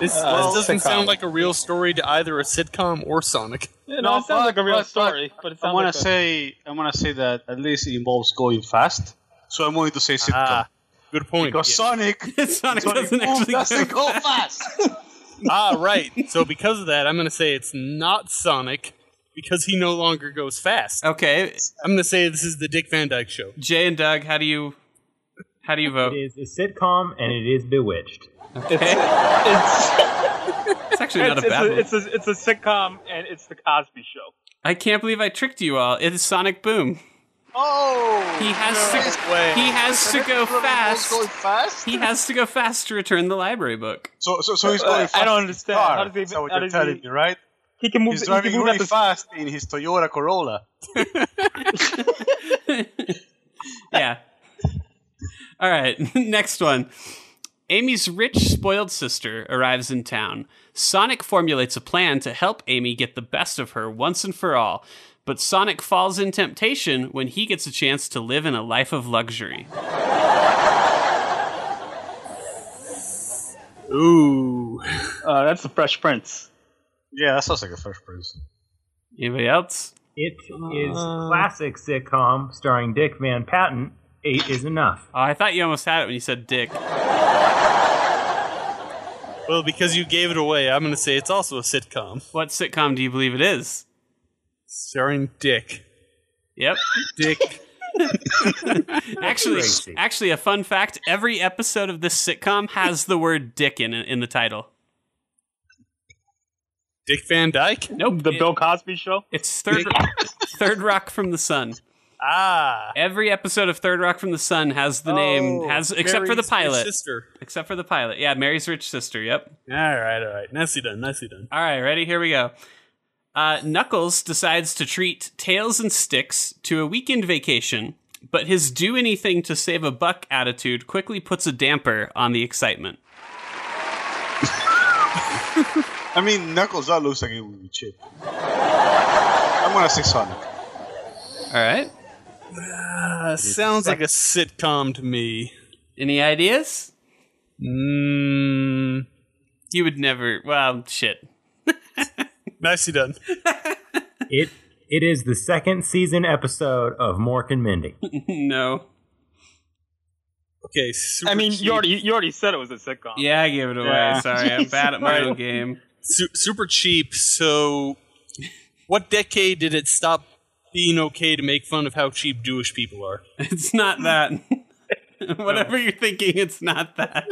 [SPEAKER 3] This,
[SPEAKER 1] well,
[SPEAKER 3] this doesn't
[SPEAKER 1] sitcom.
[SPEAKER 3] sound like a real story to either a sitcom or Sonic.
[SPEAKER 1] no, it sounds like a real
[SPEAKER 6] but-
[SPEAKER 1] story, but it
[SPEAKER 6] I
[SPEAKER 1] sounds
[SPEAKER 6] want
[SPEAKER 1] like
[SPEAKER 6] to
[SPEAKER 1] a-
[SPEAKER 6] say I want to say that at least it involves going fast. So I'm going to say sitcom
[SPEAKER 3] Ah, good point.
[SPEAKER 6] because Sonic
[SPEAKER 2] [LAUGHS] Sonic
[SPEAKER 6] Sonic Oh,
[SPEAKER 2] doesn't
[SPEAKER 6] boom,
[SPEAKER 2] actually
[SPEAKER 6] doesn't
[SPEAKER 2] go.
[SPEAKER 6] go fast.
[SPEAKER 3] ah, right. So because of that, I'm going to say it's not Sonic because he no longer goes
[SPEAKER 2] [LAUGHS]
[SPEAKER 3] fast.
[SPEAKER 2] Okay,
[SPEAKER 3] I'm going to say this is the Dick Van Dyke Show.
[SPEAKER 2] Jay and Doug, how do you how do you vote?
[SPEAKER 4] It is a sitcom and it is Bewitched.
[SPEAKER 2] Okay,
[SPEAKER 1] it's, [LAUGHS]
[SPEAKER 2] it's actually not
[SPEAKER 1] it's,
[SPEAKER 2] a bad one.
[SPEAKER 1] it's, a, it's, a, it's a sitcom, and it's the Cosby Show.
[SPEAKER 2] I can't believe I tricked you all. It is Sonic Boom.
[SPEAKER 6] Oh,
[SPEAKER 2] He has to he has to go fast. He has to go fast to return the library book.
[SPEAKER 6] [LAUGHS] So, so, so he's
[SPEAKER 1] Uh,
[SPEAKER 6] going
[SPEAKER 1] I
[SPEAKER 6] fast.
[SPEAKER 1] don't
[SPEAKER 6] in
[SPEAKER 1] understand.
[SPEAKER 6] his car.
[SPEAKER 1] How does he-
[SPEAKER 6] That's what
[SPEAKER 1] how
[SPEAKER 6] you're
[SPEAKER 1] does
[SPEAKER 6] telling
[SPEAKER 1] he-
[SPEAKER 6] me, right?
[SPEAKER 1] He can move.
[SPEAKER 6] He's
[SPEAKER 1] he
[SPEAKER 6] driving
[SPEAKER 1] can move at
[SPEAKER 6] really
[SPEAKER 1] the
[SPEAKER 6] fast in his Toyota Corolla.
[SPEAKER 2] yeah. All right, [LAUGHS] next one. Amy's rich, spoiled sister arrives in town. Sonic formulates a plan to help Amy get the best of her once and for all, but Sonic falls in temptation when he gets a chance to live in a life of luxury.
[SPEAKER 3] Ooh.
[SPEAKER 1] Uh, that's the Fresh Prince.
[SPEAKER 6] Yeah, that sounds like a first person.
[SPEAKER 2] Anybody else?
[SPEAKER 4] It is classic sitcom starring Dick Van Patten. Eight is enough.
[SPEAKER 2] Oh, I thought you almost had it when you said Dick.
[SPEAKER 3] Well, because you gave it away, I'm going to say it's also a sitcom
[SPEAKER 2] What sitcom do you believe it is?
[SPEAKER 3] starring Dick.
[SPEAKER 2] Yep.
[SPEAKER 3] Dick.
[SPEAKER 2] Actually,
[SPEAKER 4] Crazy.
[SPEAKER 2] actually, a fun fact: every episode of this sitcom has the word "dick" in in the title.
[SPEAKER 3] Dick Van Dyke?
[SPEAKER 2] Nope.
[SPEAKER 1] The
[SPEAKER 2] it-
[SPEAKER 1] Bill Cosby Show.
[SPEAKER 2] It's third Third Rock from the Sun.
[SPEAKER 3] Ah.
[SPEAKER 2] Every episode of Third Rock from the Sun has the
[SPEAKER 1] Oh,
[SPEAKER 2] name has except for the
[SPEAKER 3] Mary's
[SPEAKER 2] pilot.
[SPEAKER 3] Sister.
[SPEAKER 2] Except for the pilot. Yeah, Mary's rich sister. Yep.
[SPEAKER 3] All right, all right. Nicely done, nicely done.
[SPEAKER 2] All right, ready? Here we go. Uh, Knuckles decides to treat Tails and Sticks to a weekend vacation, but his do anything to save a buck attitude quickly puts a damper on the excitement.
[SPEAKER 6] I mean, Knuckles, that looks like it would be cheap. I'm gonna say Sonic.
[SPEAKER 2] All right.
[SPEAKER 3] Uh, sounds like a sitcom to me.
[SPEAKER 2] Any ideas?
[SPEAKER 3] Mm,
[SPEAKER 1] Hmm.
[SPEAKER 2] You would never. Well, shit.
[SPEAKER 3] Nicely done.
[SPEAKER 4] It it is the second season episode of Mork and Mindy.
[SPEAKER 2] no.
[SPEAKER 3] Okay, super
[SPEAKER 1] I mean,
[SPEAKER 3] cheap,
[SPEAKER 1] you already you already said it was a sitcom.
[SPEAKER 2] Yeah, I gave it away.
[SPEAKER 6] Yeah.
[SPEAKER 2] Sorry, I'm bad at my
[SPEAKER 1] Right.
[SPEAKER 2] own game.
[SPEAKER 3] su- super cheap. So, what decade did it stop being okay to make fun of how cheap Jewish people are?
[SPEAKER 2] It's not that. [LAUGHS] Whatever you're thinking, it's not that.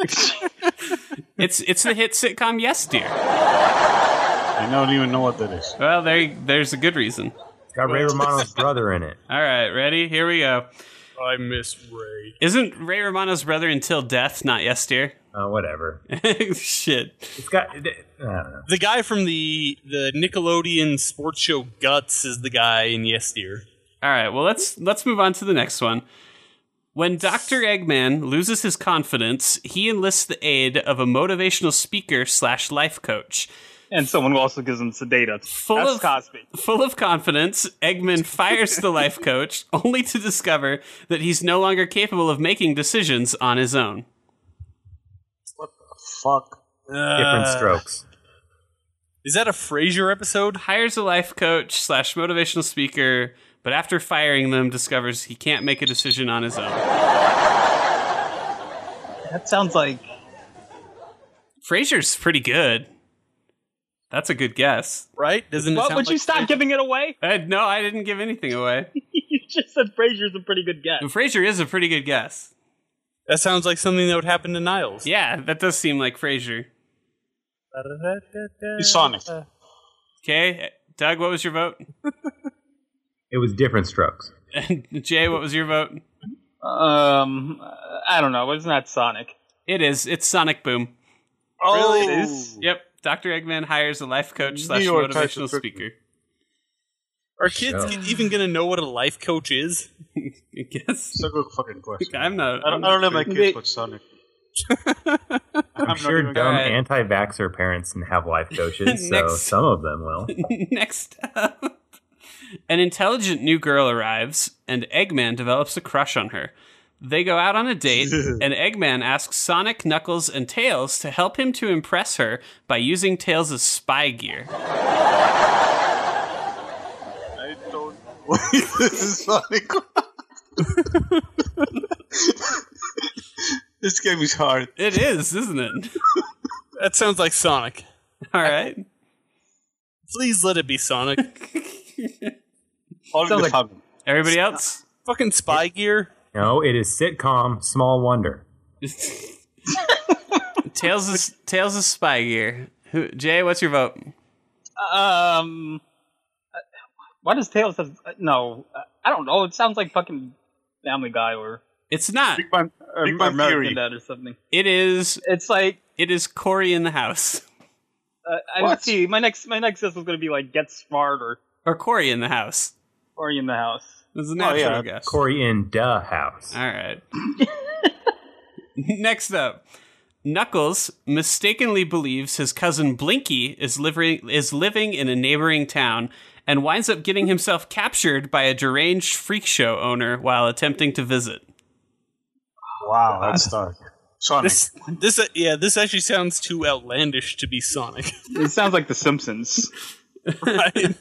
[SPEAKER 2] it's it's the hit sitcom Yes Dear.
[SPEAKER 6] I don't even know what that is.
[SPEAKER 2] Well, there you- there's a good reason.
[SPEAKER 4] It's got Ray Romano's brother in it.
[SPEAKER 2] All right, ready? Here we go.
[SPEAKER 3] I miss Ray.
[SPEAKER 2] Isn't Ray Romano's brother until death not Yes Dear? [LAUGHS]
[SPEAKER 4] Uh, whatever.
[SPEAKER 2] shit.
[SPEAKER 4] It's got. I don't know.
[SPEAKER 3] The guy from the the Nickelodeon sports show Guts is the guy in Yes Dear.
[SPEAKER 2] All right, well let's let's move on to the next one. When Dr. Eggman loses his confidence, he enlists the aid of a motivational speaker slash life coach.
[SPEAKER 1] And someone also gives them Sedata.
[SPEAKER 2] Full
[SPEAKER 1] That's
[SPEAKER 2] of-
[SPEAKER 1] Cosby.
[SPEAKER 2] Full of confidence, Eggman fires the life coach, only to discover that he's no longer capable of making decisions on his own.
[SPEAKER 6] Fuck.
[SPEAKER 4] Different
[SPEAKER 3] Uh,
[SPEAKER 4] strokes.
[SPEAKER 3] Is that a Frasier episode?
[SPEAKER 2] Hires a life coach slash motivational speaker, but after firing them, discovers he can't make a decision on his own.
[SPEAKER 1] That sounds like
[SPEAKER 2] Frasier's pretty good. That's a good guess.
[SPEAKER 3] Right? Doesn't it
[SPEAKER 1] What
[SPEAKER 3] sound
[SPEAKER 1] would you
[SPEAKER 3] like
[SPEAKER 1] stop giving it away? [LAUGHS]
[SPEAKER 2] Uh, no, I didn't give anything away.
[SPEAKER 1] you just said Frasier's a pretty good guess.
[SPEAKER 2] Frasier is a pretty good guess.
[SPEAKER 3] That sounds like something that would happen to Niles.
[SPEAKER 2] Yeah, that does seem like Frasier.
[SPEAKER 6] It's Sonic.
[SPEAKER 2] Okay, Doug, what was your vote? [LAUGHS]
[SPEAKER 4] It was different strokes.
[SPEAKER 2] Jay, what was your vote?
[SPEAKER 1] Um, I don't know. It's not Sonic.
[SPEAKER 2] It is. It's Sonic Boom.
[SPEAKER 6] Oh,
[SPEAKER 1] Really? It is?
[SPEAKER 2] Yep. Dr. Eggman hires a life coach slash
[SPEAKER 6] You are trying to
[SPEAKER 2] motivational
[SPEAKER 6] trick me.
[SPEAKER 2] speaker. [LAUGHS]
[SPEAKER 3] Are kids g- even going to know what a life coach is?
[SPEAKER 2] I guess.
[SPEAKER 6] It's a good fucking question.
[SPEAKER 2] I'm not.
[SPEAKER 6] I don't, I don't let my kids watch Sonic.
[SPEAKER 4] I'm, sure dumb
[SPEAKER 2] gonna-
[SPEAKER 4] anti-vaxxer parents can have life coaches, so
[SPEAKER 2] Next.
[SPEAKER 4] some of them will.
[SPEAKER 2] [LAUGHS] Next up. An intelligent new girl arrives, and Eggman develops a crush on her. They go out on a
[SPEAKER 6] [LAUGHS]
[SPEAKER 2] date, and Eggman asks Sonic, Knuckles, and Tails to help him to impress her by using Tails' spy gear.
[SPEAKER 6] I don't. this is Sonic. this game is hard.
[SPEAKER 2] It is, isn't it? [LAUGHS]
[SPEAKER 3] That sounds like Sonic.
[SPEAKER 2] All right.
[SPEAKER 3] Please let it
[SPEAKER 1] [LAUGHS]
[SPEAKER 3] be Sonic.
[SPEAKER 6] All in the
[SPEAKER 1] Sounds like-
[SPEAKER 6] family.
[SPEAKER 2] Everybody else?
[SPEAKER 3] Fucking spy gear.
[SPEAKER 4] No, it is sitcom Small Wonder.
[SPEAKER 2] Tails is Tails is spy gear. Who, Jay, what's your vote?
[SPEAKER 1] Um, uh, why does Tails have uh, no? uh, I don't know. It sounds like fucking Family Guy or
[SPEAKER 2] It's not.
[SPEAKER 6] Big Bang,
[SPEAKER 1] uh,
[SPEAKER 6] Big Bang
[SPEAKER 1] American
[SPEAKER 6] Theory.
[SPEAKER 1] Dad or something.
[SPEAKER 2] It is
[SPEAKER 1] It's like
[SPEAKER 2] It is Corey in the house. [LAUGHS]
[SPEAKER 1] uh, I
[SPEAKER 6] What?
[SPEAKER 1] don't see. My next my next guess was gonna be like Get Smart or
[SPEAKER 2] Or Corey in the house.
[SPEAKER 1] Party in the House.
[SPEAKER 2] It was a natural
[SPEAKER 6] yeah.
[SPEAKER 2] guess.
[SPEAKER 4] Corey in Duh House.
[SPEAKER 2] All right. Next up. Knuckles mistakenly believes his cousin Blinky is living is living in a neighboring town and winds up getting himself captured by a deranged freak show owner while attempting to visit.
[SPEAKER 6] Wow, that's dark. Sonic.
[SPEAKER 3] This, this, uh, yeah, this actually sounds too outlandish to be Sonic.
[SPEAKER 1] It sounds like The Simpsons.
[SPEAKER 3] Right?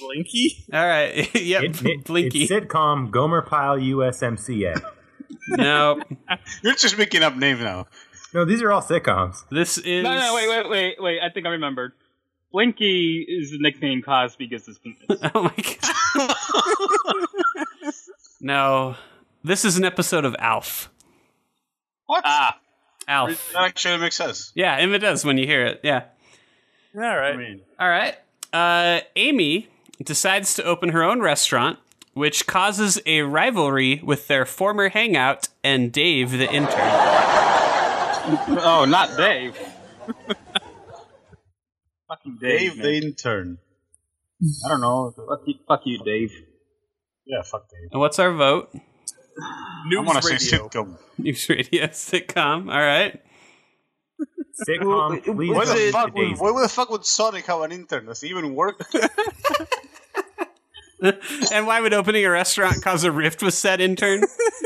[SPEAKER 3] Blinky?
[SPEAKER 2] All right. [LAUGHS] yep.
[SPEAKER 4] It- it-
[SPEAKER 2] Blinky.
[SPEAKER 4] It's sitcom Gomer Pyle USMCA.
[SPEAKER 2] No.
[SPEAKER 6] You're just making up names now.
[SPEAKER 4] no, these are all sitcoms.
[SPEAKER 2] This is
[SPEAKER 1] [LAUGHS] No, no, wait, wait, wait, wait. I think I remembered. Blinky is the nickname Cosby gives his penis.
[SPEAKER 2] [LAUGHS] Oh my god. no. This is an episode of Alf.
[SPEAKER 6] What? Ah, that
[SPEAKER 2] Alf.
[SPEAKER 6] actually makes sense.
[SPEAKER 2] Yeah, and it does when you hear it. Yeah.
[SPEAKER 3] All right.
[SPEAKER 6] I mean,
[SPEAKER 2] All right. Uh, Amy decides to open her own restaurant, which causes a rivalry with their former hangout and Dave the intern.
[SPEAKER 1] oh, not Dave. Fucking Dave.
[SPEAKER 6] Dave
[SPEAKER 1] man.
[SPEAKER 6] the intern. I don't know.
[SPEAKER 1] Fuck you, fuck you, Dave.
[SPEAKER 6] Yeah, fuck Dave.
[SPEAKER 2] And what's our vote? [LAUGHS]
[SPEAKER 6] I
[SPEAKER 3] News
[SPEAKER 6] want to
[SPEAKER 3] radio.
[SPEAKER 6] say sitcom.
[SPEAKER 2] News radio sitcom. All right.
[SPEAKER 4] Sitcom, please
[SPEAKER 6] Why
[SPEAKER 4] don't
[SPEAKER 6] the,
[SPEAKER 4] eat
[SPEAKER 6] fuck would,
[SPEAKER 4] Daisy.
[SPEAKER 6] why the fuck would Sonic have an intern? Does it even work?
[SPEAKER 2] And why would opening a restaurant cause a rift with said intern? [LAUGHS]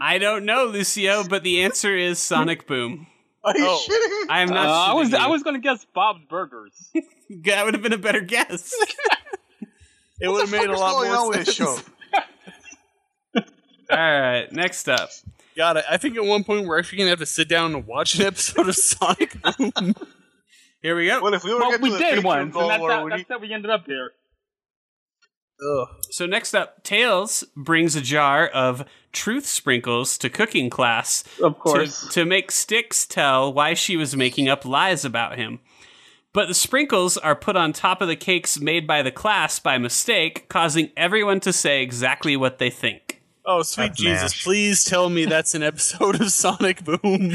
[SPEAKER 2] I don't know, Lucio, but the answer is Sonic Boom.
[SPEAKER 6] Are you
[SPEAKER 1] Oh.
[SPEAKER 6] shitting? me?
[SPEAKER 2] I am not.
[SPEAKER 1] I was
[SPEAKER 2] shitting
[SPEAKER 1] I
[SPEAKER 2] you.
[SPEAKER 1] was gonna guess Bob's Burgers.
[SPEAKER 2] That would have been a better guess.
[SPEAKER 3] It would have made
[SPEAKER 6] What
[SPEAKER 3] a
[SPEAKER 6] is
[SPEAKER 3] lot
[SPEAKER 6] going on
[SPEAKER 3] more
[SPEAKER 6] with
[SPEAKER 3] sense.
[SPEAKER 6] this show?
[SPEAKER 2] [LAUGHS] All right, next up.
[SPEAKER 3] God, I, I think at one point we're actually gonna have to sit down and watch an episode of Sonic Boom.
[SPEAKER 2] Here we go.
[SPEAKER 6] Well, if we were
[SPEAKER 1] Well,
[SPEAKER 6] get
[SPEAKER 1] we
[SPEAKER 6] to the
[SPEAKER 1] did
[SPEAKER 6] Patreon
[SPEAKER 1] once,
[SPEAKER 6] goal
[SPEAKER 1] and that's
[SPEAKER 6] where
[SPEAKER 1] how,
[SPEAKER 6] we
[SPEAKER 1] that's how we ended up here.
[SPEAKER 3] Ugh.
[SPEAKER 2] So next up, Tails brings a jar of truth sprinkles to cooking class
[SPEAKER 1] Of
[SPEAKER 2] to,
[SPEAKER 1] course.
[SPEAKER 2] to make Styx tell why she was making up lies about him. But the sprinkles are put on top of the cakes made by the class by mistake, causing everyone to say exactly what they think.
[SPEAKER 3] Oh, sweet
[SPEAKER 4] That's
[SPEAKER 3] Jesus!
[SPEAKER 4] MASH.
[SPEAKER 3] Please tell me that's an episode of Sonic Boom.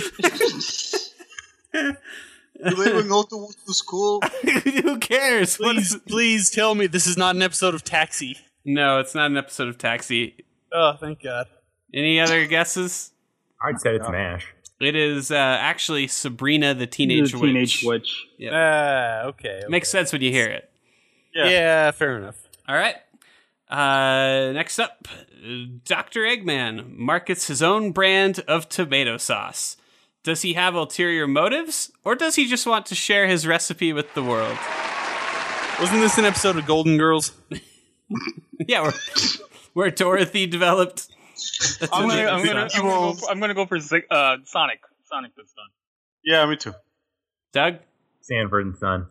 [SPEAKER 6] Do they even go to, to school?
[SPEAKER 2] [LAUGHS] Who cares? What
[SPEAKER 3] Please,
[SPEAKER 2] is-
[SPEAKER 3] [LAUGHS] please tell me this is not an episode of Taxi.
[SPEAKER 2] [LAUGHS] no, it's not an episode of Taxi.
[SPEAKER 3] Oh, thank God.
[SPEAKER 2] Any other guesses?
[SPEAKER 4] I'd said it's MASH.
[SPEAKER 2] It is uh, actually Sabrina the Teenage,
[SPEAKER 1] The teenage
[SPEAKER 2] Witch.
[SPEAKER 1] witch.
[SPEAKER 3] Ah, okay. okay.
[SPEAKER 2] Makes sense when you hear it.
[SPEAKER 3] yeah. fair enough.
[SPEAKER 2] All right. Uh, next up, Dr. Eggman markets his own brand of tomato sauce. Does he have ulterior motives, or does he just want to share his recipe with the world? [LAUGHS]
[SPEAKER 3] Wasn't this an episode of Golden Girls?
[SPEAKER 2] Yeah, we're, where Dorothy developed. a
[SPEAKER 1] I'm gonna, I'm,
[SPEAKER 2] tomato
[SPEAKER 1] gonna,
[SPEAKER 2] sauce.
[SPEAKER 1] I'm, gonna go for, I'm gonna go for Zi- uh, Sonic. Sonic this time.
[SPEAKER 6] Yeah, me too.
[SPEAKER 2] Doug.
[SPEAKER 4] Sanford and Son.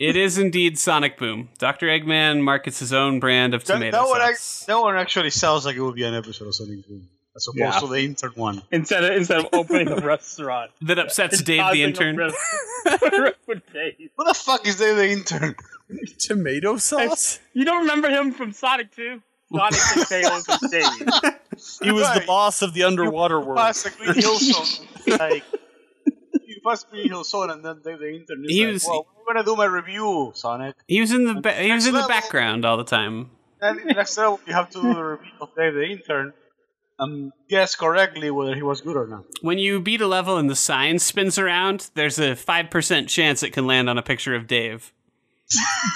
[SPEAKER 2] It is indeed Sonic Boom. Dr. Eggman markets his own brand of
[SPEAKER 6] That,
[SPEAKER 2] tomato
[SPEAKER 6] that one, ac
[SPEAKER 2] sauce.
[SPEAKER 6] that one actually sounds like it would be an episode of Sonic Boom, as opposed
[SPEAKER 1] Yeah.
[SPEAKER 6] to the intern one.
[SPEAKER 1] Instead of [LAUGHS] instead of opening a restaurant,
[SPEAKER 2] that upsets
[SPEAKER 1] It's
[SPEAKER 2] Dave the
[SPEAKER 1] causing a [LAUGHS]
[SPEAKER 2] intern.
[SPEAKER 1] rest- with Dave.
[SPEAKER 6] What the fuck is they the [LAUGHS] intern?
[SPEAKER 3] Tomato sauce?
[SPEAKER 1] You don't remember him from Sonic 2? Sonic and Tails and [LAUGHS] Dave.
[SPEAKER 3] He was the
[SPEAKER 6] Right.
[SPEAKER 3] boss of the underwater world.
[SPEAKER 6] Past the Green Hill Zone, like you pass Green Hill Zone, and then they the intern. is
[SPEAKER 2] He
[SPEAKER 6] like,
[SPEAKER 2] was-
[SPEAKER 6] well, we're gonna do my review, Sonic.
[SPEAKER 2] He was in the ba- he was in the
[SPEAKER 6] level.
[SPEAKER 2] background all the time.
[SPEAKER 6] Then next level, you have to do the review of Dave the intern and guess correctly whether he was good or not.
[SPEAKER 2] When you beat a level and the sign spins around, there's a 5% chance it can land on a picture of Dave.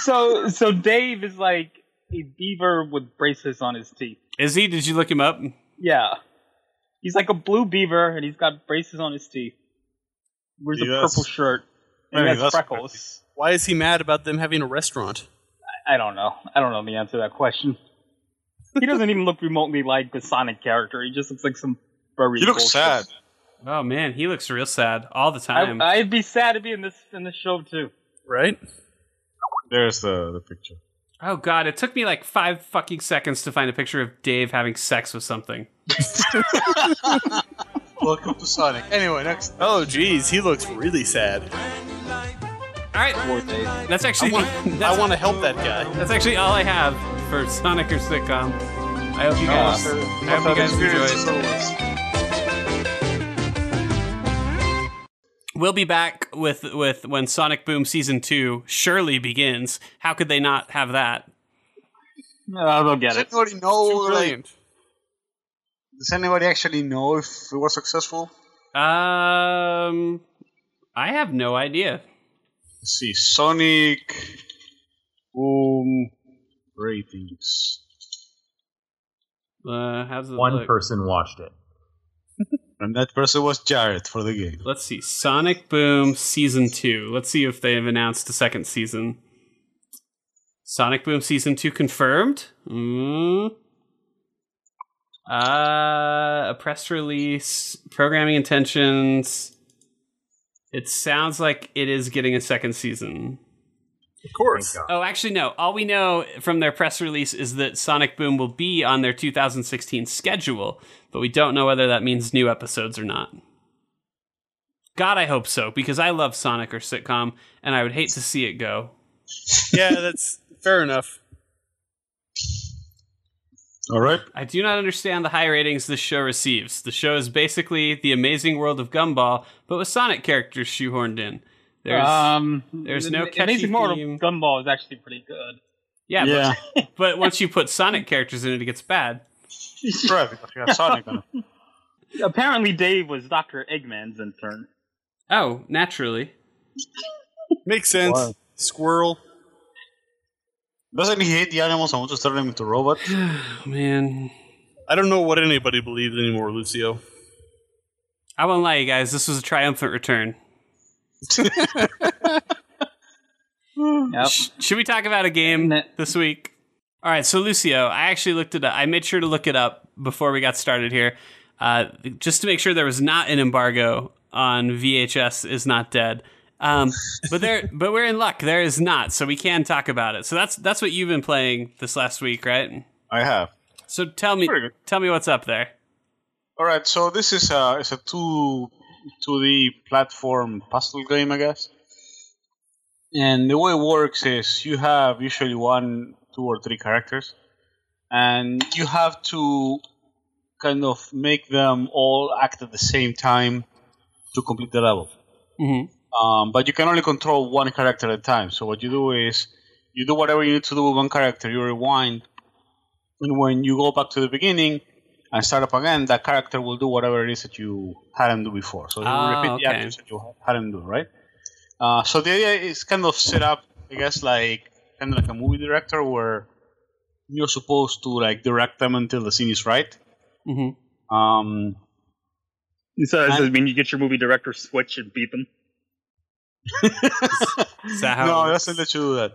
[SPEAKER 1] So so Dave is like a beaver with braces on his teeth.
[SPEAKER 2] Is he? Did you look him up?
[SPEAKER 1] Yeah. He's like a blue beaver and he's got braces on his teeth. Wears
[SPEAKER 6] He
[SPEAKER 1] a
[SPEAKER 6] does.
[SPEAKER 1] purple shirt. And
[SPEAKER 6] Maybe
[SPEAKER 1] he has
[SPEAKER 6] that's
[SPEAKER 1] freckles.
[SPEAKER 3] Why is he mad about them having a restaurant?
[SPEAKER 1] I don't know. I don't know the answer to that question. He doesn't even look remotely like the Sonic character. He just looks like some furry. bullshit.
[SPEAKER 2] Oh man, he looks real sad all the time.
[SPEAKER 1] I, I'd be sad to be in this in this show too.
[SPEAKER 3] Right?
[SPEAKER 6] There's the, the picture.
[SPEAKER 2] oh god, it took me like five fucking seconds to find a picture of Dave having sex with something.
[SPEAKER 6] Welcome to Sonic. Anyway, next.
[SPEAKER 3] Oh, geez, he looks really sad.
[SPEAKER 2] All right, that's actually
[SPEAKER 3] I
[SPEAKER 2] [LAUGHS] that's,
[SPEAKER 3] want to help that guy.
[SPEAKER 2] that's actually all I have for Sonic or sitcom. I hope you guys. I hope you guys enjoyed. We'll be back with with when Sonic Boom season two surely begins. How could they not have that?
[SPEAKER 1] Uh, I don't get
[SPEAKER 6] Does
[SPEAKER 1] it.
[SPEAKER 6] anybody know? Like,
[SPEAKER 3] Brilliant.
[SPEAKER 6] does anybody actually know if it was successful?
[SPEAKER 2] Um, I have no idea.
[SPEAKER 6] Let's see, Sonic Boom ratings.
[SPEAKER 2] Uh, how's it
[SPEAKER 4] One
[SPEAKER 2] look?
[SPEAKER 4] person watched it.
[SPEAKER 6] And that person was Jared for the game.
[SPEAKER 2] Let's see, Sonic Boom season two. Let's see if they have announced a second season. Sonic Boom season two confirmed. Mm. Uh, a press release, programming intentions. It sounds like it is getting a second season.
[SPEAKER 3] Of course.
[SPEAKER 4] Thank God.
[SPEAKER 2] Oh, actually, no. All we know from their press release is that Sonic Boom will be on their 2016 schedule, but we don't know whether that means new episodes or not. God, I hope so, because I love Sonic or sitcom, and I would hate to see it go.
[SPEAKER 3] yeah, that's fair enough.
[SPEAKER 6] All right.
[SPEAKER 2] I do not understand the high ratings this show receives. The show is basically The Amazing World of Gumball, but with Sonic characters shoehorned in. There's,
[SPEAKER 1] um,
[SPEAKER 2] there's no
[SPEAKER 1] Amazing
[SPEAKER 2] catchy
[SPEAKER 1] Mortal
[SPEAKER 2] theme.
[SPEAKER 1] Gumball is actually pretty good.
[SPEAKER 2] yeah,
[SPEAKER 6] [LAUGHS]
[SPEAKER 2] But, but once you put Sonic characters in it, it gets bad.
[SPEAKER 6] right, because you have Sonic [LAUGHS] on it.
[SPEAKER 1] Apparently, Dave was Doctor Eggman's intern.
[SPEAKER 2] Oh, naturally.
[SPEAKER 3] Makes sense.
[SPEAKER 6] Wow.
[SPEAKER 3] Squirrel.
[SPEAKER 6] Doesn't he hate the animals and want to turn them into robots?
[SPEAKER 2] Oh, Man,
[SPEAKER 3] I don't know what anybody believes anymore, Lucio.
[SPEAKER 2] I won't lie, you guys. This was a triumphant return.
[SPEAKER 5] Yep.
[SPEAKER 2] Sh- should we talk about a game
[SPEAKER 5] Nah.
[SPEAKER 2] this week? All right, so Lucio, I actually looked it up. I made sure to look it up before we got started here, uh, just to make sure there was not an embargo on VHS is not dead. Um, but there, [LAUGHS] but we're in luck. There is not, so we can talk about it. So that's that's what you've been playing this last week, right?
[SPEAKER 6] I have.
[SPEAKER 2] So tell me,
[SPEAKER 6] Pretty good.
[SPEAKER 2] tell me what's up there.
[SPEAKER 6] All right, so this is a it's a two 2D platform puzzle game, I guess. And the way it works is you have usually one, two, or three characters, and you have to kind of make them all act at the same time to complete the level.
[SPEAKER 2] hmm
[SPEAKER 6] Um, but you can only control one character at a time. So what you do is you do whatever you need to do with one character. You rewind, and when you go back to the beginning and start up again, that character will do whatever it is that you had him do before. So you
[SPEAKER 2] Ah,
[SPEAKER 6] repeat the
[SPEAKER 2] okay.
[SPEAKER 6] actions that you had him do, right? Uh, so the idea is kind of set up, I guess, like kind of like a movie director where you're supposed to like direct them until the scene is right.
[SPEAKER 2] hmm
[SPEAKER 6] Um,
[SPEAKER 1] So does it mean you get your movie director switch and beat them?
[SPEAKER 2] Is that how it
[SPEAKER 6] no, it
[SPEAKER 2] works?
[SPEAKER 6] doesn't let you do that.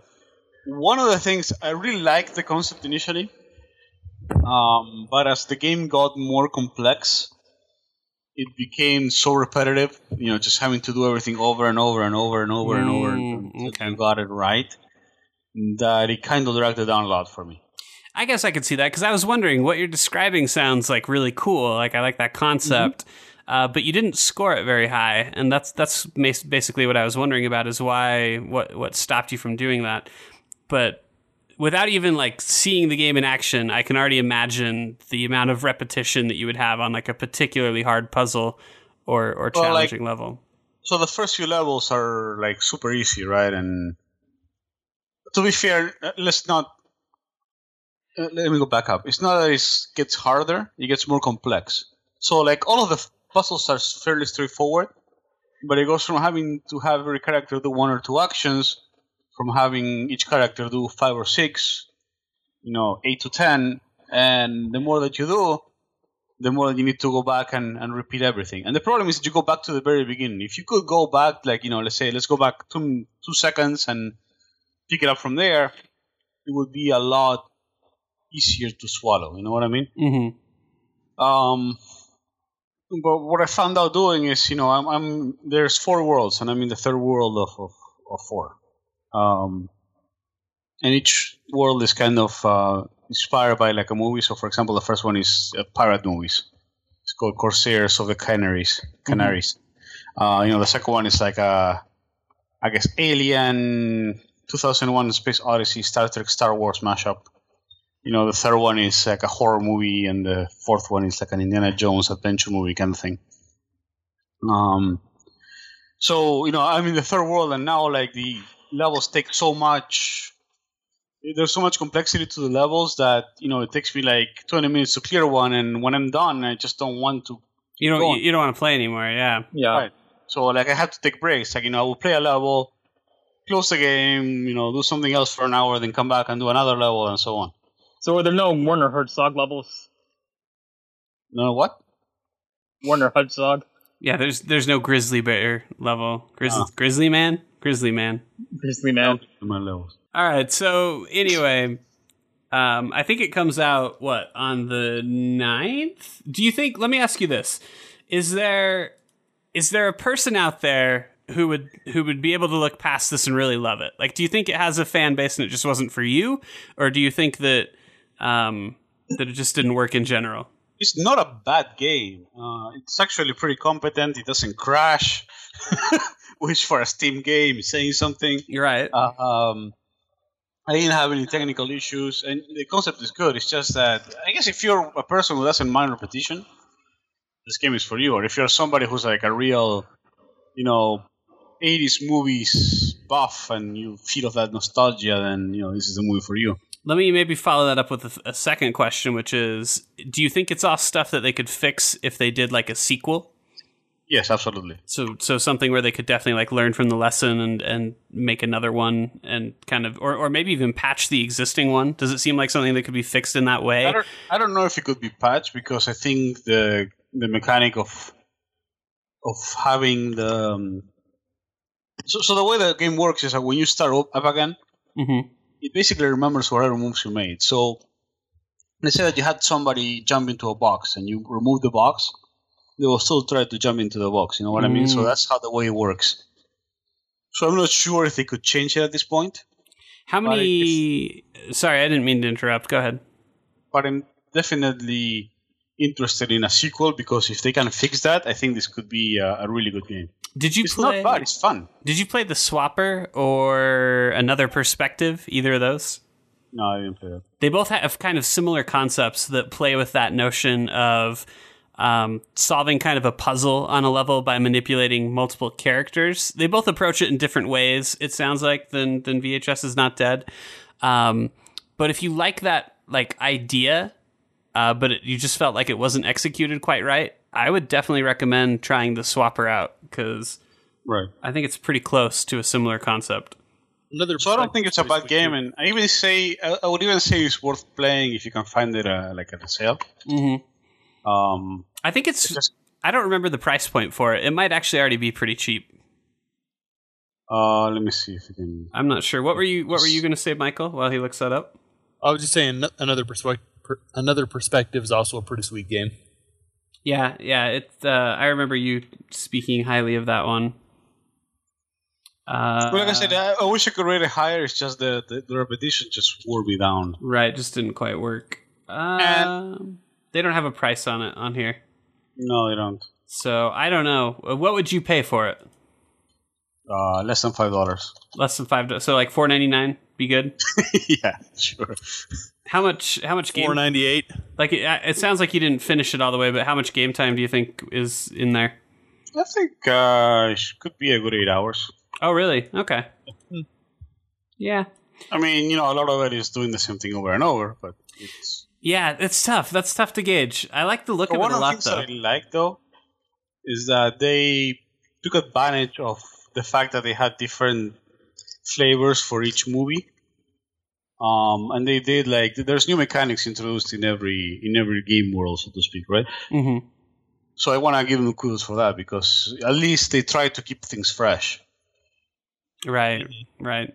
[SPEAKER 6] One of the things I really liked the concept initially, um, but as the game got more complex, it became so repetitive. You know, just having to do everything over and over and over and over and over
[SPEAKER 2] Mm,
[SPEAKER 6] until
[SPEAKER 2] okay.
[SPEAKER 6] you got it right. That it kind of dragged it down a lot for me.
[SPEAKER 2] I guess I could see that because I was wondering what you're describing sounds like really cool. Like I like that concept,
[SPEAKER 6] Mm-hmm.
[SPEAKER 2] uh, but you didn't score it very high, and that's that's mas- basically what I was wondering about is why what what stopped you from doing that. But without even like seeing the game in action, I can already imagine the amount of repetition that you would have on like a particularly hard puzzle or or
[SPEAKER 6] Well, like-
[SPEAKER 2] challenging level.
[SPEAKER 6] So the first few levels are like super easy, right? And to be fair, uh, let's not. uh, Let me go back up. It's not that it gets harder; it gets more complex. So, like all of the f- puzzles are fairly straightforward, but it goes from having to have every character do one or two actions, from having each character do five or six, you know, eight to ten, and the more that you do, the more you need to go back and, and repeat everything. And the problem is that you go back to the very beginning. If you could go back, like, you know, let's say, let's go back two, two seconds and pick it up from there, it would be a lot easier to swallow. You know what I mean?
[SPEAKER 2] hmm
[SPEAKER 6] Um, but what I found out doing is, you know, I'm, I'm there's four worlds, and I'm in the third world of of, of four. Um, and each world is kind of uh, inspired by like a movie. So, for example, the first one is uh, pirate movies. It's called Corsairs of the Canaries. Canaries. Uh, you know, the second one is like a, I guess, Alien, 2001: Space Odyssey, Star Trek, Star Wars mashup you know, the third one is like a horror movie, and the fourth one is like an Indiana Jones adventure movie kind of thing. Um, so you know, I'm in the third world, and now like the levels take so much. There's so much complexity to the levels that you know it takes me like 20 minutes to clear one, and when I'm done, I just don't want to
[SPEAKER 2] You
[SPEAKER 6] Go
[SPEAKER 2] don't
[SPEAKER 6] on.
[SPEAKER 2] you, you don't want to play anymore. Yeah.
[SPEAKER 1] Yeah.
[SPEAKER 6] Right. So like I had to take breaks. Like you know, I would play a level, close the game, you know, do something else for an hour, then come back and do another level, and so on.
[SPEAKER 1] So are there no Werner Herzog levels?
[SPEAKER 6] You know what?
[SPEAKER 1] Werner Herzog?
[SPEAKER 2] Yeah, there's there's no grizzly bear level. Grizz-
[SPEAKER 6] Oh.
[SPEAKER 2] Grizzly man? Grizzly man.
[SPEAKER 1] Grizzly Man.
[SPEAKER 6] My levels.
[SPEAKER 2] All right. So anyway, um, I think it comes out what on the 9th? Do you think? Let me ask you this: Is there is there a person out there who would who would be able to look past this and really love it? Like, do you think it has a fan base and it just wasn't for you, or do you think that um, that it just didn't work in general?
[SPEAKER 6] it's not a bad game. Uh, it's actually pretty competent. It doesn't crash, [LAUGHS] which for a Steam game is saying something.
[SPEAKER 2] You're right.
[SPEAKER 6] Uh, um, I didn't have any technical issues, and the concept is good. It's just that I guess if you're a person who doesn't mind repetition, this game is for you. Or if you're somebody who's like a real, you know, '80s movies buff and you feel of that nostalgia, then you know this is the movie for you.
[SPEAKER 2] Let me maybe follow that up with a, a second question, which is: Do you think it's all stuff that they could fix if they did like a sequel?
[SPEAKER 6] Yes, absolutely.
[SPEAKER 2] So so something where they could definitely like learn from the lesson and and make another one and kind of or or maybe even patch the existing one. Does it seem like something that could be fixed in that way?
[SPEAKER 6] I don't, I don't know if it could be patched because I think the the mechanic of of having the um, so, so the way the game works is that when you start up up again,
[SPEAKER 2] Mhm.
[SPEAKER 6] it basically remembers whatever moves you made. So let's say that you had somebody jump into a box and you remove the box, they will still try to jump into the box. You know what I mean? So
[SPEAKER 2] Mm.
[SPEAKER 6] that's how the way it works. So I'm not sure if they could change it at this point,
[SPEAKER 2] How
[SPEAKER 6] but
[SPEAKER 2] many? Sorry, I didn't mean to interrupt. Go ahead.
[SPEAKER 6] but I'm definitely interested in a sequel because if they can fix that, I think this could be a, a really good game.
[SPEAKER 2] Did you
[SPEAKER 6] It's
[SPEAKER 2] play?
[SPEAKER 6] not bad. It's fun.
[SPEAKER 2] Did you play the Swapper or another perspective? Either of those?
[SPEAKER 6] No, I didn't play that.
[SPEAKER 2] they both have kind of similar concepts that play with that notion of um, solving kind of a puzzle on a level by manipulating multiple characters. They both approach it in different ways. It sounds like than than VHS is not dead. Um, but if you like that like idea, uh, but it, you just felt like it wasn't executed quite right, I would definitely recommend trying the swapper out because
[SPEAKER 6] Right.
[SPEAKER 2] I think it's pretty close to a similar concept.
[SPEAKER 3] Another
[SPEAKER 6] So I don't think it's a
[SPEAKER 3] perspective
[SPEAKER 6] bad game,
[SPEAKER 3] is-
[SPEAKER 6] and I even say I, I would even say it's worth playing if you can find it uh, like at a sale.
[SPEAKER 2] Mm-hmm.
[SPEAKER 6] Um,
[SPEAKER 2] I think it's.
[SPEAKER 6] it's just
[SPEAKER 2] I don't remember the price point for it. It might actually already be pretty cheap.
[SPEAKER 6] Uh, let me see if I can.
[SPEAKER 2] I'm not sure. What were you What were you going to say, Michael? While he looks that up.
[SPEAKER 3] I was just saying ano- another perspective. Another perspective is also a pretty sweet game.
[SPEAKER 2] Yeah, yeah. It. Uh, I remember you speaking highly of that one. Uh,
[SPEAKER 6] Well, like I said, I, I wish I could rate it higher. It's just the, the, the repetition just wore me down.
[SPEAKER 2] right, just didn't quite work. Um, they don't have a price on it on here,
[SPEAKER 6] No, I don't.
[SPEAKER 2] so I don't know. Uh, What would you pay for it?
[SPEAKER 6] Uh, less than five dollars.
[SPEAKER 2] Less than five. do- So like four ninety nine. Be good.
[SPEAKER 6] [LAUGHS] yeah, sure.
[SPEAKER 2] How much? How much
[SPEAKER 3] Four
[SPEAKER 2] game?
[SPEAKER 3] ninety eight.
[SPEAKER 2] Like it, it sounds like you didn't finish it all the way, but how much game time do you think is in there?
[SPEAKER 6] I think uh, it could be a good eight hours.
[SPEAKER 2] Oh, really? Okay.
[SPEAKER 6] Hmm.
[SPEAKER 2] Yeah.
[SPEAKER 6] I mean, you know, a lot of it is doing the same thing over and over, but it's.
[SPEAKER 2] Yeah, it's tough. That's tough to gauge. I like the look
[SPEAKER 6] But
[SPEAKER 2] of
[SPEAKER 6] one
[SPEAKER 2] it a
[SPEAKER 6] of the
[SPEAKER 2] lot,
[SPEAKER 6] things
[SPEAKER 2] though.
[SPEAKER 6] that I like though is that they took advantage of the fact that they had different flavors for each movie. Um, and they did like there's new mechanics introduced in every in every game world, so to speak, right?
[SPEAKER 2] Mm-hmm.
[SPEAKER 6] So I want to give them kudos for that because at least they try to keep things fresh.
[SPEAKER 2] Right, right.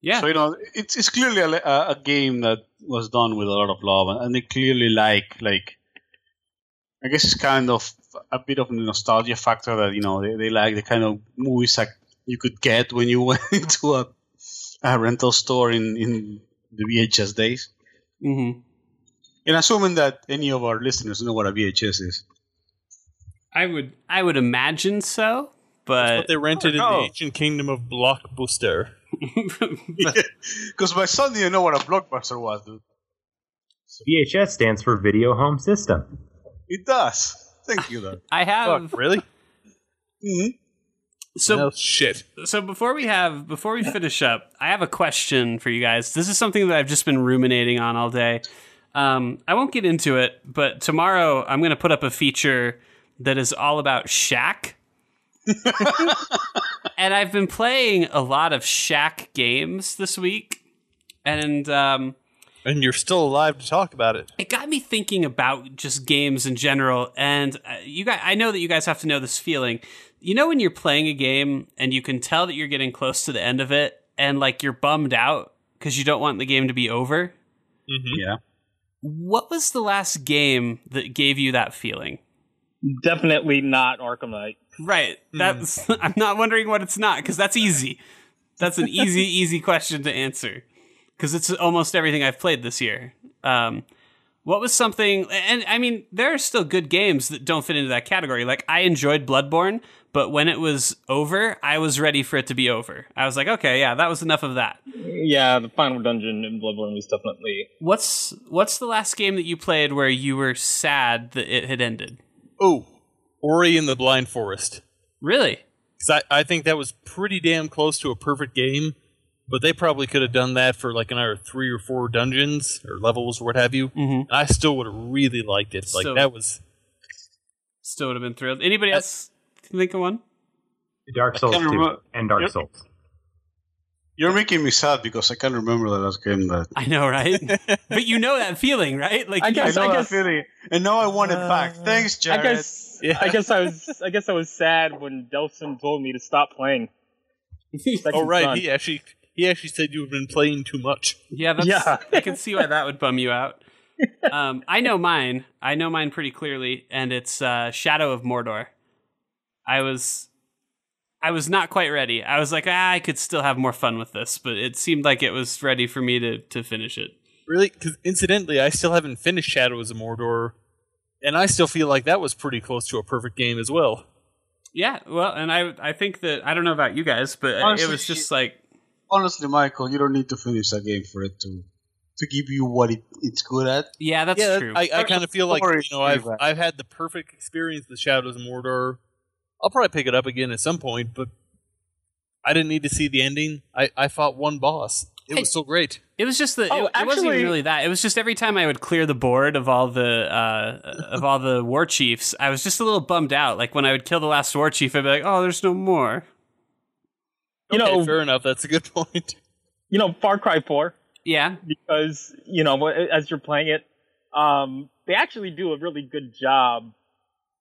[SPEAKER 2] Yeah,
[SPEAKER 6] So you know, it's it's clearly a, a a game that was done with a lot of love, and, and they clearly like like. I guess it's kind of a bit of a nostalgia factor that you know they, they like the kind of movies that you could get when you [LAUGHS] went into a, a rental store in in the VHS days.
[SPEAKER 2] hmm
[SPEAKER 6] And assuming that any of our listeners know what a VHS is,
[SPEAKER 2] I would, I would imagine so, but,
[SPEAKER 3] What they rented in
[SPEAKER 6] no.
[SPEAKER 3] the ancient kingdom of Blockbuster.
[SPEAKER 6] because my son didn't know what a blockbuster was, dude.
[SPEAKER 4] VHS stands for Video Home System.
[SPEAKER 6] It does. Thank you, though.
[SPEAKER 2] [LAUGHS] I have
[SPEAKER 3] Fuck, really?
[SPEAKER 6] Mhm.
[SPEAKER 2] so
[SPEAKER 3] No shit.
[SPEAKER 2] so before we have before we finish up, I have a question for you guys. This is something that I've just been ruminating on all day. Um, I won't get into it, but tomorrow I'm going to put up a feature that is all about Shaq. and I've been playing a lot of Shaq games this week, and um,
[SPEAKER 3] And you're still alive to talk about it.
[SPEAKER 2] it got me thinking about just games in general and uh, you guys i know that you guys have to know this feeling you know when you're playing a game and you can tell that you're getting close to the end of it and like you're bummed out because you don't want the game to be over
[SPEAKER 6] Yeah.
[SPEAKER 2] what was the last game that gave you that feeling
[SPEAKER 1] Definitely not Arkham Knight.
[SPEAKER 2] right that's [LAUGHS] i'm not wondering what it's not because that's easy that's an easy [LAUGHS] easy question to answer because it's almost everything i've played this year um, what was something and i mean there are still good games that don't fit into that category like i enjoyed bloodborne but when it was over i was ready for it to be over i was like okay yeah that was enough of that
[SPEAKER 1] Yeah, the final dungeon in Bloodborne was definitely.
[SPEAKER 2] what's what's the last game that you played where you were sad that it had ended
[SPEAKER 3] Oh, Ori in the Blind Forest.
[SPEAKER 2] really
[SPEAKER 3] Because I, I think that was pretty damn close to a perfect game, but they probably could have done that for like another three or four dungeons or levels or what have you.
[SPEAKER 2] Mhm.
[SPEAKER 3] And I still would have really liked it. Like
[SPEAKER 2] So-
[SPEAKER 3] that was
[SPEAKER 2] Still would have been thrilled. Anybody else think of one?
[SPEAKER 4] Dark Souls
[SPEAKER 6] can't
[SPEAKER 4] 2
[SPEAKER 6] remember-
[SPEAKER 4] and Dark
[SPEAKER 6] Yep.
[SPEAKER 4] Souls.
[SPEAKER 6] You're making me sad because I can't remember the last game that.
[SPEAKER 2] [LAUGHS] I know, right? but you know that feeling, right? Like
[SPEAKER 1] I
[SPEAKER 2] you-
[SPEAKER 1] guess
[SPEAKER 6] I
[SPEAKER 1] I,
[SPEAKER 6] know that
[SPEAKER 1] guess
[SPEAKER 6] feeling. And now I want it back. Thanks, Jared.
[SPEAKER 1] I guess
[SPEAKER 3] Yeah.
[SPEAKER 1] I guess I was I guess I was sad when Delson told me to stop
[SPEAKER 3] [LAUGHS]
[SPEAKER 1] playing.
[SPEAKER 3] Oh
[SPEAKER 1] Second
[SPEAKER 3] right,
[SPEAKER 1] son.
[SPEAKER 3] he actually he actually said you've been playing too much.
[SPEAKER 2] Yeah, that's,
[SPEAKER 1] Yeah.
[SPEAKER 2] I can see why that would bum
[SPEAKER 1] [LAUGHS]
[SPEAKER 2] you out. Um, I know mine. I know mine pretty clearly, and it's uh, Shadow of Mordor. I was, I was not quite ready. I was like, ah, I could still have more fun with this, but it seemed like it was ready for me to to finish it.
[SPEAKER 3] Really? Because incidentally, I still haven't finished Shadows of Mordor, and I still feel like that was pretty close to a perfect game as well.
[SPEAKER 2] Yeah, well, and I I think that I don't know about you guys, but it
[SPEAKER 6] Honestly,
[SPEAKER 2] was just like
[SPEAKER 6] Honestly, Michael, you don't need to finish that game for it to to give you what it, it's good at.
[SPEAKER 2] yeah, that's
[SPEAKER 3] yeah,
[SPEAKER 2] true.
[SPEAKER 3] I, I kind of feel like
[SPEAKER 6] Story
[SPEAKER 3] you know I've
[SPEAKER 6] feedback.
[SPEAKER 3] I've had the perfect experience with Shadows of Mordor. I'll probably pick it up again at some point, but I didn't need to see the ending. I, I fought one boss. It
[SPEAKER 2] Hey.
[SPEAKER 3] was so great.
[SPEAKER 2] It was just the.
[SPEAKER 1] Oh,
[SPEAKER 2] it, it wasn't even
[SPEAKER 1] actually-
[SPEAKER 2] really that. It was just every time I would clear the board of all the uh, of all the war chiefs, I was just a little bummed out. Like when I would kill the last war chief, I'd be like, "Oh, there's no more."
[SPEAKER 1] You
[SPEAKER 3] okay,
[SPEAKER 1] know,
[SPEAKER 3] fair enough. That's a good [LAUGHS] point.
[SPEAKER 1] you know, Far Cry Four.
[SPEAKER 2] Yeah,
[SPEAKER 1] because you know as you're playing it um, they actually do a really good job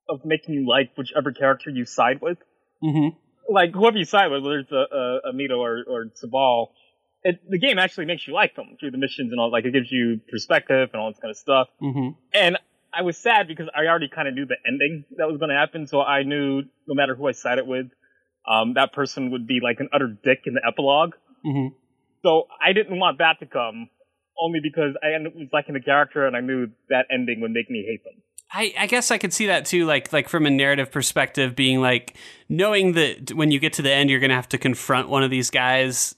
[SPEAKER 1] of making you like whichever character you side with Mm-hmm.
[SPEAKER 2] hmm
[SPEAKER 1] like whoever you side with whether it's a, a, Amito or, or Sabal it, the game actually makes you like them through the missions and all like it gives you perspective and all this kind of stuff
[SPEAKER 2] hmm
[SPEAKER 1] and I was sad because I already kind of knew the ending that was going to happen, so I knew no matter who I sided with, um, that person would be like an utter dick in the epilog
[SPEAKER 2] Mhm.
[SPEAKER 1] So I didn't want that to come, only because I end- was liking the character and I knew that ending would make me hate them.
[SPEAKER 2] I, I guess I could see that too, like like from a narrative perspective, being like knowing that when you get to the end, you're gonna have to confront one of these guys,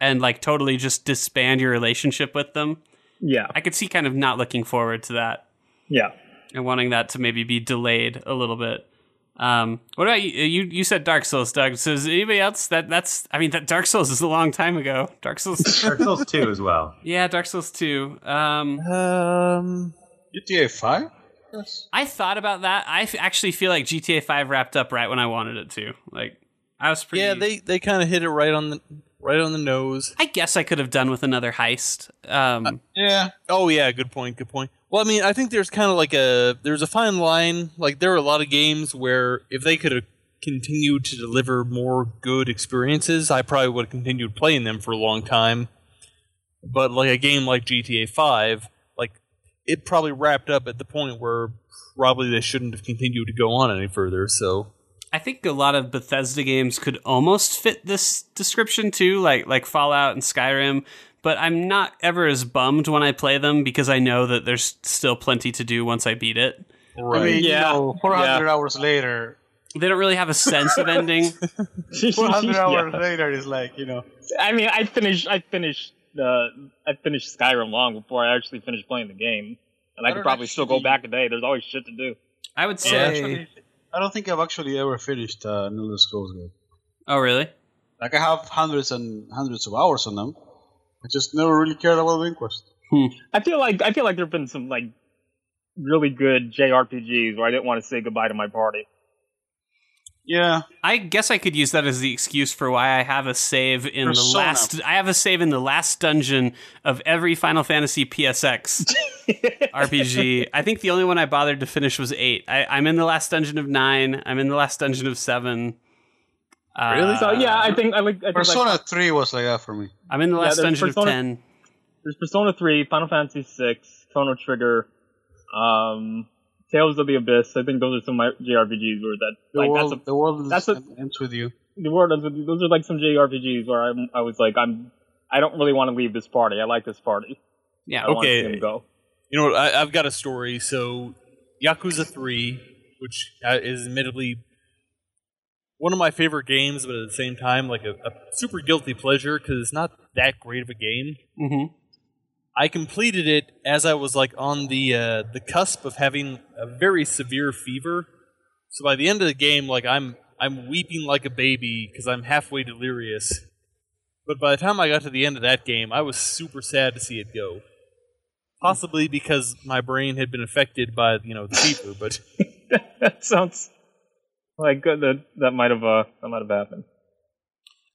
[SPEAKER 2] and like totally just disband your relationship with them.
[SPEAKER 1] Yeah,
[SPEAKER 2] I could see kind of not looking forward to that.
[SPEAKER 1] yeah. [LAUGHS]
[SPEAKER 2] and wanting that to maybe be delayed a little bit. Um, what about you? You, you said Dark Souls, Doug. So is anybody else that that's? I mean, that Dark Souls is a long time ago. Dark
[SPEAKER 3] [LAUGHS]
[SPEAKER 2] Souls,
[SPEAKER 4] Dark Souls 2 as well.
[SPEAKER 2] yeah, Dark Souls two. Um,
[SPEAKER 3] Um,
[SPEAKER 6] GTA Five.
[SPEAKER 2] I thought about that. I f- actually feel like GTA five wrapped up right when I wanted it to. Like, I was pretty.
[SPEAKER 3] yeah, they they kind of hit it right on the right on the nose.
[SPEAKER 2] I guess I could have done with another heist. Um,
[SPEAKER 6] Yeah,
[SPEAKER 3] Oh yeah, good point. Good point. Well, I mean, I think there's kind of like a there's a fine line. Like there are a lot of games where if they could have continued to deliver more good experiences, I probably would have continued playing them for a long time. But like a game like GTA 5, like it probably wrapped up at the point where probably they shouldn't have continued to go on any further. So
[SPEAKER 2] I think a lot of Bethesda games could almost fit this description too, like like Fallout and Skyrim. But I'm not ever as bummed when I play them because I know that there's still plenty to do once I beat it.
[SPEAKER 6] I mean,
[SPEAKER 1] Yeah.
[SPEAKER 6] you know, 400 hours
[SPEAKER 1] [LAUGHS]
[SPEAKER 6] later,
[SPEAKER 2] They don't really have a sense of ending.
[SPEAKER 6] 400
[SPEAKER 1] Yeah.
[SPEAKER 6] hours later is like you know.
[SPEAKER 1] I mean, I finished. I finished. Uh, I finished Skyrim long before I actually finished playing the game, and I,
[SPEAKER 6] I
[SPEAKER 1] could
[SPEAKER 6] don't
[SPEAKER 1] probably still go
[SPEAKER 6] actually-
[SPEAKER 1] back today. There's always shit to do.
[SPEAKER 2] I would
[SPEAKER 6] I
[SPEAKER 2] say.
[SPEAKER 3] Yeah.
[SPEAKER 6] actually- I don't think I've actually ever finished uh, an Elder Scrolls game.
[SPEAKER 2] Oh, really?
[SPEAKER 6] Like I have hundreds and hundreds of hours on them. I just never really cared about the Inquest.
[SPEAKER 1] I feel like I feel like there've been some like really good JRPGs where I didn't want to say goodbye to my party.
[SPEAKER 6] Yeah,
[SPEAKER 2] I guess I could use that as the excuse for why I have a save in the
[SPEAKER 6] Persona.
[SPEAKER 2] last. I have a save in the last dungeon of every Final Fantasy
[SPEAKER 1] [LAUGHS]
[SPEAKER 2] PSX RPG. I think the only one I bothered to finish was eight. I, I'm in the last dungeon of nine. I'm in the last dungeon of seven. Uh,
[SPEAKER 3] Really?
[SPEAKER 1] So Oh, yeah, I think I like. I think, like,
[SPEAKER 6] Persona 3 was like that for me.
[SPEAKER 2] I'm in the last
[SPEAKER 1] there's
[SPEAKER 2] dungeon
[SPEAKER 1] Persona-
[SPEAKER 2] of ten.
[SPEAKER 1] there's Persona 3, Final Fantasy 6, Chrono Trigger, um, Tales of the Abyss. I think those are some of my JRPGs where that
[SPEAKER 6] The
[SPEAKER 1] like
[SPEAKER 6] world,
[SPEAKER 1] that's
[SPEAKER 6] the world
[SPEAKER 1] that's a-
[SPEAKER 6] ends with you.
[SPEAKER 1] a, the word. Those are like some JRPGs where I'm, I was like I'm I don't really want to leave this party. I like this party.
[SPEAKER 2] Yeah.
[SPEAKER 1] I don't
[SPEAKER 3] Okay.
[SPEAKER 1] want to see them go. [LAUGHS]
[SPEAKER 3] You know, what, I, I've got a story. So, Yakuza 3, which uh, is admittedly one of my favorite games, but at the same time, like a, a super guilty pleasure because it's not that great of a game.
[SPEAKER 2] Mm-hmm.
[SPEAKER 3] I completed it as I was like on the uh, the cusp of having a very severe fever. So by the end of the game, like I'm I'm weeping like a baby because I'm halfway delirious. But by the time I got to the end of that game, I was super sad to see it go. Possibly because my brain had been affected by you know the fever, but
[SPEAKER 1] that sounds like good. That that might have uh, that might have happened.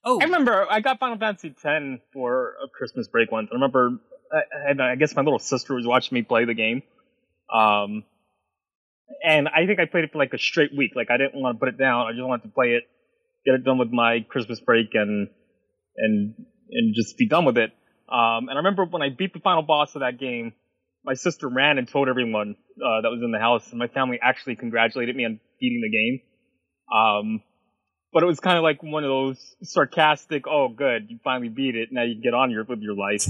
[SPEAKER 2] Oh,
[SPEAKER 1] I remember I got Final Fantasy X for a Christmas break once. I remember, I, I had- I guess my little sister was watching me play the game, um, and I think I played it for like a straight week. Like I didn't want to put it down. I just wanted to play it, get it done with my Christmas break, and and and just be done with it. Um, and I remember when I beat the final boss of that game, my sister ran and told everyone uh, that was in the house, and my family actually congratulated me on beating the game. Um, but it was kind of like one of those sarcastic, "Oh, good, you finally beat it. Now you can get on your with your [LAUGHS] life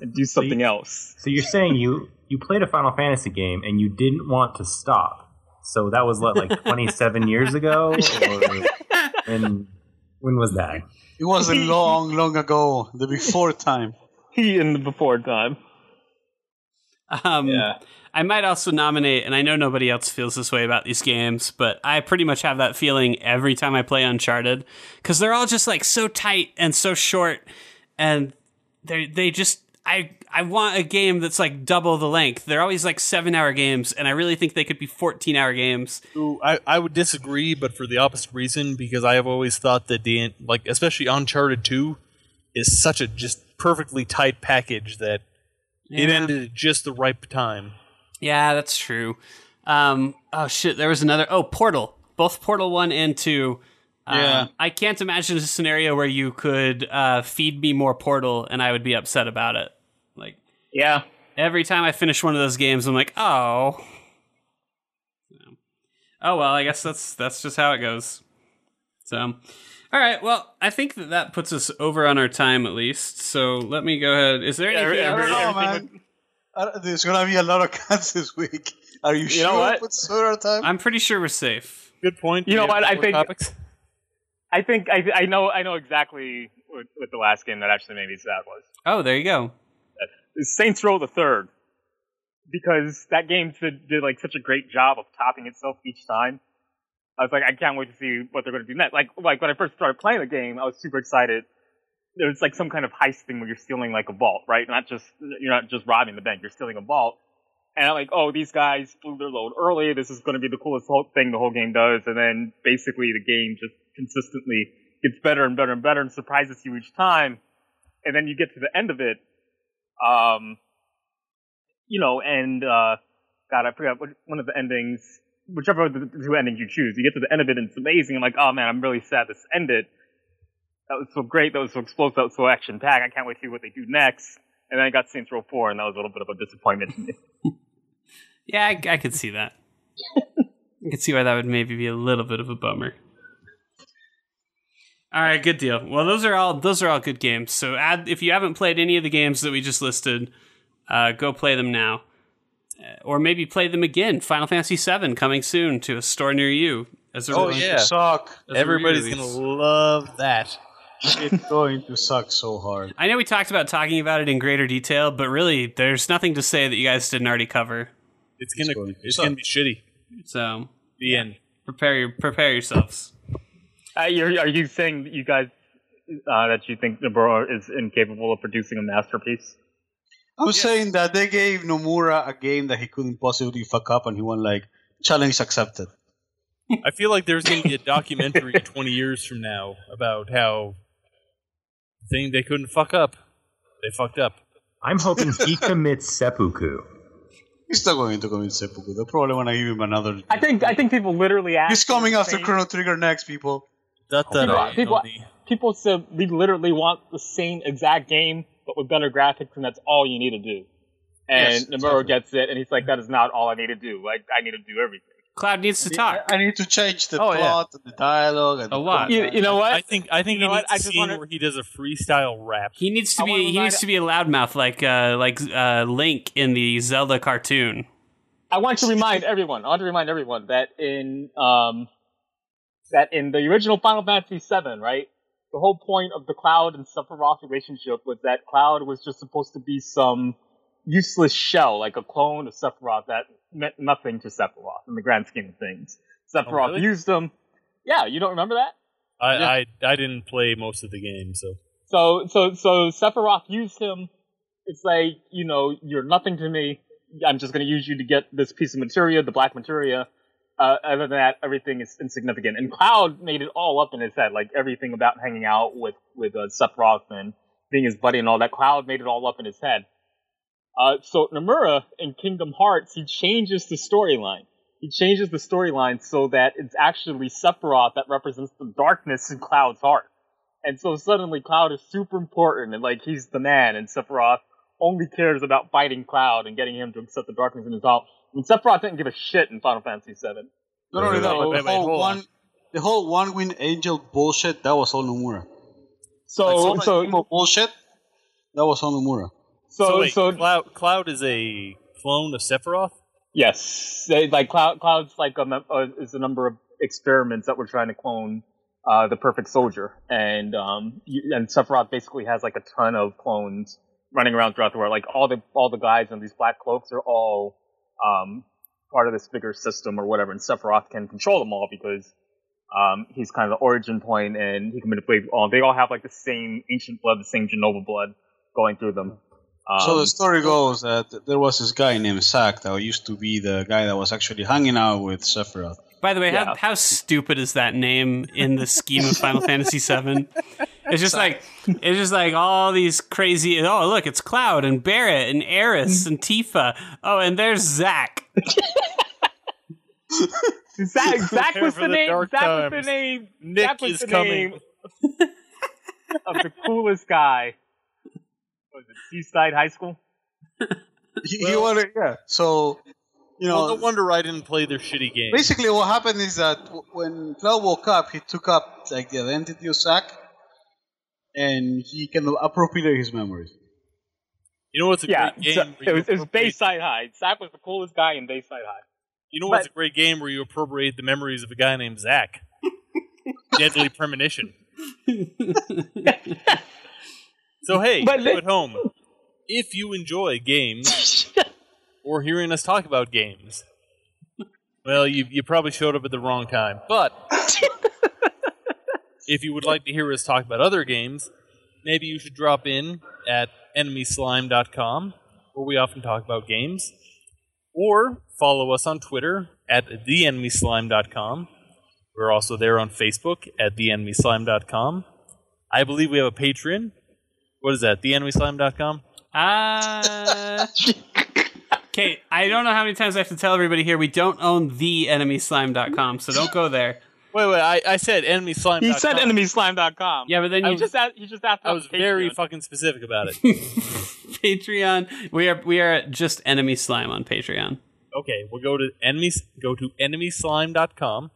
[SPEAKER 1] and do something else."
[SPEAKER 4] So you're saying you you played a Final Fantasy game and you didn't want to stop. So that was what, like 27 years
[SPEAKER 2] [LAUGHS]
[SPEAKER 4] ago, or when when was that?
[SPEAKER 1] [LAUGHS]
[SPEAKER 6] It wasn't long, long ago. The before time.
[SPEAKER 1] He [LAUGHS] in the before time.
[SPEAKER 2] um, I might also nominate, and I know nobody else feels this way about these games, but I pretty much have that feeling every time I play Uncharted because they're all just like so tight and so short, and they they just I I want a game that's like double the length. They're always like seven hour games, and I really think they could be fourteen hour games.
[SPEAKER 3] Ooh, I, I would disagree, but for the opposite reason, because I have always thought that the like especially Uncharted Two is such a just perfectly tight package that it
[SPEAKER 2] Yeah.
[SPEAKER 3] ended at just the right time.
[SPEAKER 2] Yeah, that's true. Um, oh shit, there was another. Oh, Portal. Both Portal One and Two. Um,
[SPEAKER 6] Yeah.
[SPEAKER 2] I can't imagine a scenario where you could uh, feed me more Portal and I would be upset about it. Like
[SPEAKER 1] Yeah,
[SPEAKER 2] every time I finish one of those games, I'm like, oh. Oh well, I guess that's that's just how it goes. So, all right. Well, I think that that puts us over on our time at least. So let me go ahead. Is there anything?
[SPEAKER 6] I
[SPEAKER 1] every-
[SPEAKER 6] don't know,
[SPEAKER 1] everything
[SPEAKER 6] man. I- There's gonna be a lot of [LAUGHS] cuts this week. Are you,
[SPEAKER 1] know
[SPEAKER 6] sure
[SPEAKER 1] what?
[SPEAKER 6] it's sort of time?
[SPEAKER 2] I'm pretty sure we're safe.
[SPEAKER 3] Good point.
[SPEAKER 1] You know
[SPEAKER 3] We have
[SPEAKER 1] what, I
[SPEAKER 3] more
[SPEAKER 1] think-
[SPEAKER 3] topics.
[SPEAKER 1] I think I, I know I know exactly what, what the last game that actually made me sad was.
[SPEAKER 2] Oh, there you go.
[SPEAKER 1] is Saints Row the Third, because that game did, did like such a great job of topping itself each time. I was like, I can't wait to see what they're going to do next. Like, like when I first started playing the game, I was super excited. There's like some kind of heist thing where you're stealing like a vault, right? Not just you're not just robbing the bank, you're stealing a vault. And I'm like, oh, these guys blew their load early. This is going to be the coolest whole thing the whole game does. And then basically the game just consistently gets better and better and better and surprises you each time. And then you get to the end of it, um, you know, and uh, God, I forgot what, one of the endings, whichever of the two endings you choose, you get to the end of it and it's amazing. I'm like, oh man, I'm really sad this ended. That was so great. That was so explosive. That was so action packed. I can't wait to see what they do next. And then I got Saints Row 4, and that was a little bit of a disappointment. [LAUGHS] to me.
[SPEAKER 2] Yeah, I, I could see that. I could see why that would maybe be a little bit of a bummer. All right, good deal. Well, those are all those are all good games. So, add, if you haven't played any of the games that we just listed, uh, go play them now, Uh, or maybe play them again. Final Fantasy VII coming soon to a store near you. As a
[SPEAKER 6] oh,
[SPEAKER 2] re-
[SPEAKER 6] yeah.
[SPEAKER 3] yeah.
[SPEAKER 6] suck.
[SPEAKER 2] as a
[SPEAKER 3] Everybody's
[SPEAKER 2] re-release.
[SPEAKER 3] gonna love that. [LAUGHS]
[SPEAKER 6] It's going to suck so hard.
[SPEAKER 2] I know we talked about talking about it in greater detail, but really, there's nothing to say that you guys didn't already cover.
[SPEAKER 3] It's gonna
[SPEAKER 6] going to
[SPEAKER 3] it's
[SPEAKER 6] suck.
[SPEAKER 3] gonna be shitty.
[SPEAKER 2] So,
[SPEAKER 3] The end.
[SPEAKER 2] prepare your, prepare yourselves.
[SPEAKER 1] uh, you're, are you saying that you guys uh, that you think Nomura is incapable of producing a masterpiece?
[SPEAKER 6] I'm saying that they gave Nomura a game that he couldn't possibly fuck up, and he won like challenge accepted.
[SPEAKER 3] I feel like
[SPEAKER 1] [LAUGHS]
[SPEAKER 3] there's going to be a documentary 20 years from now about how the thing they couldn't fuck up, they fucked up.
[SPEAKER 4] I'm hoping he commits seppuku.
[SPEAKER 6] He's not going to commit seppuku. They're probably going to give him another.
[SPEAKER 1] I think I think people literally ask.
[SPEAKER 6] He's coming after
[SPEAKER 1] Saints-
[SPEAKER 6] Chrono Trigger next, people.
[SPEAKER 3] That, that I
[SPEAKER 1] People-
[SPEAKER 3] know the-
[SPEAKER 1] people said we literally want the same exact game, but with better graphics, and that's all you need to do. And
[SPEAKER 6] Yes,
[SPEAKER 1] Nomura
[SPEAKER 6] exactly.
[SPEAKER 1] gets it, and he's like, "That is not all I need to do. Like, I need to do everything."
[SPEAKER 2] Cloud needs to talk.
[SPEAKER 6] I, I need to change the
[SPEAKER 3] Oh, yeah.
[SPEAKER 6] plot and the dialogue. And
[SPEAKER 2] A
[SPEAKER 6] the
[SPEAKER 2] lot.
[SPEAKER 6] content.
[SPEAKER 1] You, you know what?
[SPEAKER 3] I think I think
[SPEAKER 1] You know
[SPEAKER 3] he
[SPEAKER 1] what?
[SPEAKER 3] needs
[SPEAKER 1] I
[SPEAKER 3] a
[SPEAKER 1] just
[SPEAKER 3] scene
[SPEAKER 1] wanna-
[SPEAKER 3] where he does a freestyle rap.
[SPEAKER 2] He needs to
[SPEAKER 1] I wanna
[SPEAKER 2] be he
[SPEAKER 1] remind-
[SPEAKER 2] needs to be a loudmouth like uh, like uh, Link in the Zelda cartoon.
[SPEAKER 1] I want to remind everyone. I want to remind everyone that in um, that in the original Final Fantasy VII, right, the whole point of the Cloud and Sephiroth relationship was that Cloud was just supposed to be some useless shell, like a clone of Sephiroth that meant nothing to Sephiroth in the grand scheme of things. Sephiroth
[SPEAKER 3] really?
[SPEAKER 1] used them. Yeah, you don't remember that?
[SPEAKER 3] I, I I didn't play most of the game, so
[SPEAKER 1] So so so Sephiroth used him. It's like you know you're nothing to me. I'm just going to use you to get this piece of materia, the black materia. Uh, other than that, everything is insignificant. And Cloud made it all up in his head, like everything about hanging out with with uh, Seth Rothman, being his buddy, and all that. Cloud made it all up in his head. Uh, so Nomura in Kingdom Hearts, he changes the storyline. He changes the storyline so that it's actually Sephiroth that represents the darkness in Cloud's heart. And so suddenly Cloud is super important and like he's the man and Sephiroth only cares about fighting Cloud and getting him to accept the darkness in his heart. I mean, Sephiroth didn't give a shit in Final Fantasy VII.
[SPEAKER 6] Not only that,
[SPEAKER 3] Wait,
[SPEAKER 6] but
[SPEAKER 3] wait,
[SPEAKER 6] the
[SPEAKER 3] wait,
[SPEAKER 6] whole
[SPEAKER 3] hold on.
[SPEAKER 6] one, the whole one winged angel bullshit. That was all Nomura. Like,
[SPEAKER 1] So,
[SPEAKER 6] all that
[SPEAKER 1] so,
[SPEAKER 6] emo bullshit. That was all Nomura.
[SPEAKER 1] so,
[SPEAKER 3] so
[SPEAKER 1] so,
[SPEAKER 3] wait, Cloud, Cloud is a clone of Sephiroth.
[SPEAKER 1] yes, They- like Cloud, Cloud's like a, mem- uh, is a number of experiments that we're trying to clone uh, the perfect soldier, and um, you, and Sephiroth basically has like a ton of clones running around throughout the world. Like all the all the guys in these black cloaks are all um, part of this bigger system or whatever, and Sephiroth can control them all because um, he's kind of the origin point, and he can manipulate all. They all have like the same ancient blood, the same Genova blood going through them. Um,
[SPEAKER 6] so the story goes that there was this guy named Zack that used to be the guy that was actually hanging out with Sephiroth.
[SPEAKER 2] By the way, how,
[SPEAKER 1] Yeah.
[SPEAKER 2] how stupid is that name in the scheme of Final Fantasy VII? It's just like it's just like all these crazy. Oh, look, it's Cloud and Barrett and Eris and Tifa. Oh, and there's Zack.
[SPEAKER 3] [LAUGHS]
[SPEAKER 1] Zach, Zach
[SPEAKER 3] Prepare
[SPEAKER 1] was
[SPEAKER 3] for
[SPEAKER 1] the
[SPEAKER 3] the
[SPEAKER 1] name.
[SPEAKER 3] dark
[SPEAKER 1] Zach was the
[SPEAKER 3] times.
[SPEAKER 1] name.
[SPEAKER 3] Nick
[SPEAKER 1] Zach was
[SPEAKER 3] is
[SPEAKER 1] the
[SPEAKER 3] coming.
[SPEAKER 1] name of the coolest guy. Was it Seaside High School?
[SPEAKER 6] He, he wanted, yeah. So you know,
[SPEAKER 3] Well, no wonder I didn't play their shitty game.
[SPEAKER 6] basically what happened is that w- when Cloud woke up, he took up like the identity of Zack, and he kind of appropriated his memories.
[SPEAKER 3] You know what's a
[SPEAKER 1] yeah,
[SPEAKER 3] great game?
[SPEAKER 1] so-
[SPEAKER 3] where
[SPEAKER 1] it
[SPEAKER 3] you
[SPEAKER 1] was, it was
[SPEAKER 3] appropriate-
[SPEAKER 1] Bayside High. Zach was the coolest guy in Bayside High.
[SPEAKER 3] You know what's a great game where you appropriate the memories of a guy named Zach? Deadly Premonition. so hey,
[SPEAKER 1] But
[SPEAKER 3] you
[SPEAKER 1] let-
[SPEAKER 3] at home, if you enjoy games or hearing us talk about games, well, you you probably showed up at the wrong time. But if you would like to hear us talk about other games, maybe you should drop in at enemyslime.com where we often talk about games or follow us on Twitter at theenemyslime.com. We're also there on Facebook at theenemyslime.com. I believe we have a Patreon. What is that? Theenemyslime.com?
[SPEAKER 2] Uh, okay, I don't know how many times I have to tell everybody here we don't own the enemyslime.com, so don't go there.
[SPEAKER 3] Wait, wait, I, I said enemyslime.com.
[SPEAKER 1] He said enemyslime.com.
[SPEAKER 2] Yeah, but then
[SPEAKER 1] I
[SPEAKER 2] you
[SPEAKER 1] was just at, he just asked.
[SPEAKER 3] I was
[SPEAKER 1] about
[SPEAKER 3] very
[SPEAKER 1] Patreon.
[SPEAKER 3] fucking specific about it.
[SPEAKER 1] [LAUGHS]
[SPEAKER 2] Patreon. We are we are at just enemy slime on Patreon.
[SPEAKER 3] okay, we'll go to enemies go to enemyslime.com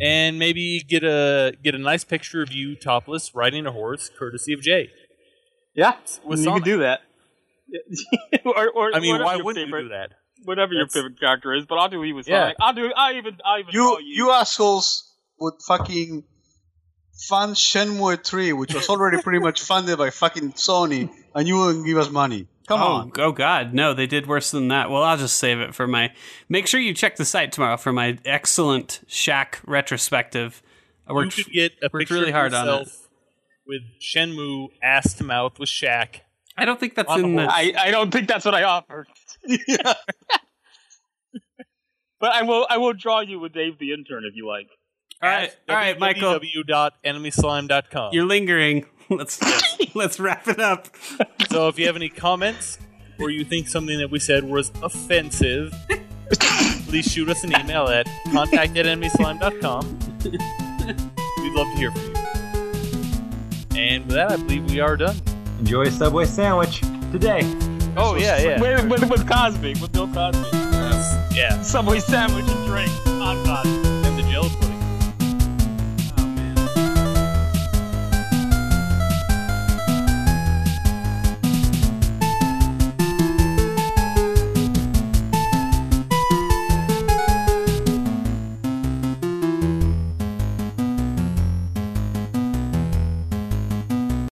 [SPEAKER 3] and maybe get a get a nice picture of you topless riding a horse courtesy of Jay.
[SPEAKER 1] yeah.
[SPEAKER 3] with
[SPEAKER 1] you
[SPEAKER 3] Sonic.
[SPEAKER 1] could do that. or, or
[SPEAKER 3] I mean,
[SPEAKER 1] whatever
[SPEAKER 3] why
[SPEAKER 1] your
[SPEAKER 3] wouldn't
[SPEAKER 1] favorite,
[SPEAKER 3] you do that?
[SPEAKER 1] Whatever your
[SPEAKER 3] That's-
[SPEAKER 1] favorite character is, but I'll do he was
[SPEAKER 3] Yeah.
[SPEAKER 1] Sonic. I'll do. I even. I even.
[SPEAKER 6] You
[SPEAKER 1] call you
[SPEAKER 6] you assholes would fucking fund Shenmue 3, which was already pretty much funded by fucking Sony, and you wouldn't give us money. Come
[SPEAKER 2] oh,
[SPEAKER 6] on.
[SPEAKER 2] oh God, no, they did worse than that. Well, I'll just save it for my. Make sure you check the site tomorrow for my excellent Shaq retrospective. I
[SPEAKER 3] You
[SPEAKER 2] worked.
[SPEAKER 3] could get a
[SPEAKER 2] worked
[SPEAKER 3] picture
[SPEAKER 2] really
[SPEAKER 3] of
[SPEAKER 2] hard on it.
[SPEAKER 3] yourself with Shenmue ass to mouth with Shaq.
[SPEAKER 2] I don't think that's
[SPEAKER 3] on
[SPEAKER 2] in
[SPEAKER 3] the
[SPEAKER 2] the.
[SPEAKER 1] I, I don't think that's what I offered. [LAUGHS] But I will I will draw you with Dave the intern if you like.
[SPEAKER 2] all right, all right, Michael,
[SPEAKER 3] www.enemyslime.com.
[SPEAKER 2] you're lingering. [LAUGHS] Let's let's wrap it up.
[SPEAKER 3] So if you have any comments or you think something that we said was offensive, please shoot us an email at contact at enemyslime.com. We'd love to hear from you. And with that, I believe we are done.
[SPEAKER 4] Enjoy a Subway sandwich today.
[SPEAKER 3] Oh, yeah, yeah.
[SPEAKER 1] With, with, with Cosby, with Bill Cosby.
[SPEAKER 3] Yeah.
[SPEAKER 1] Subway sandwich and drink on Cosby.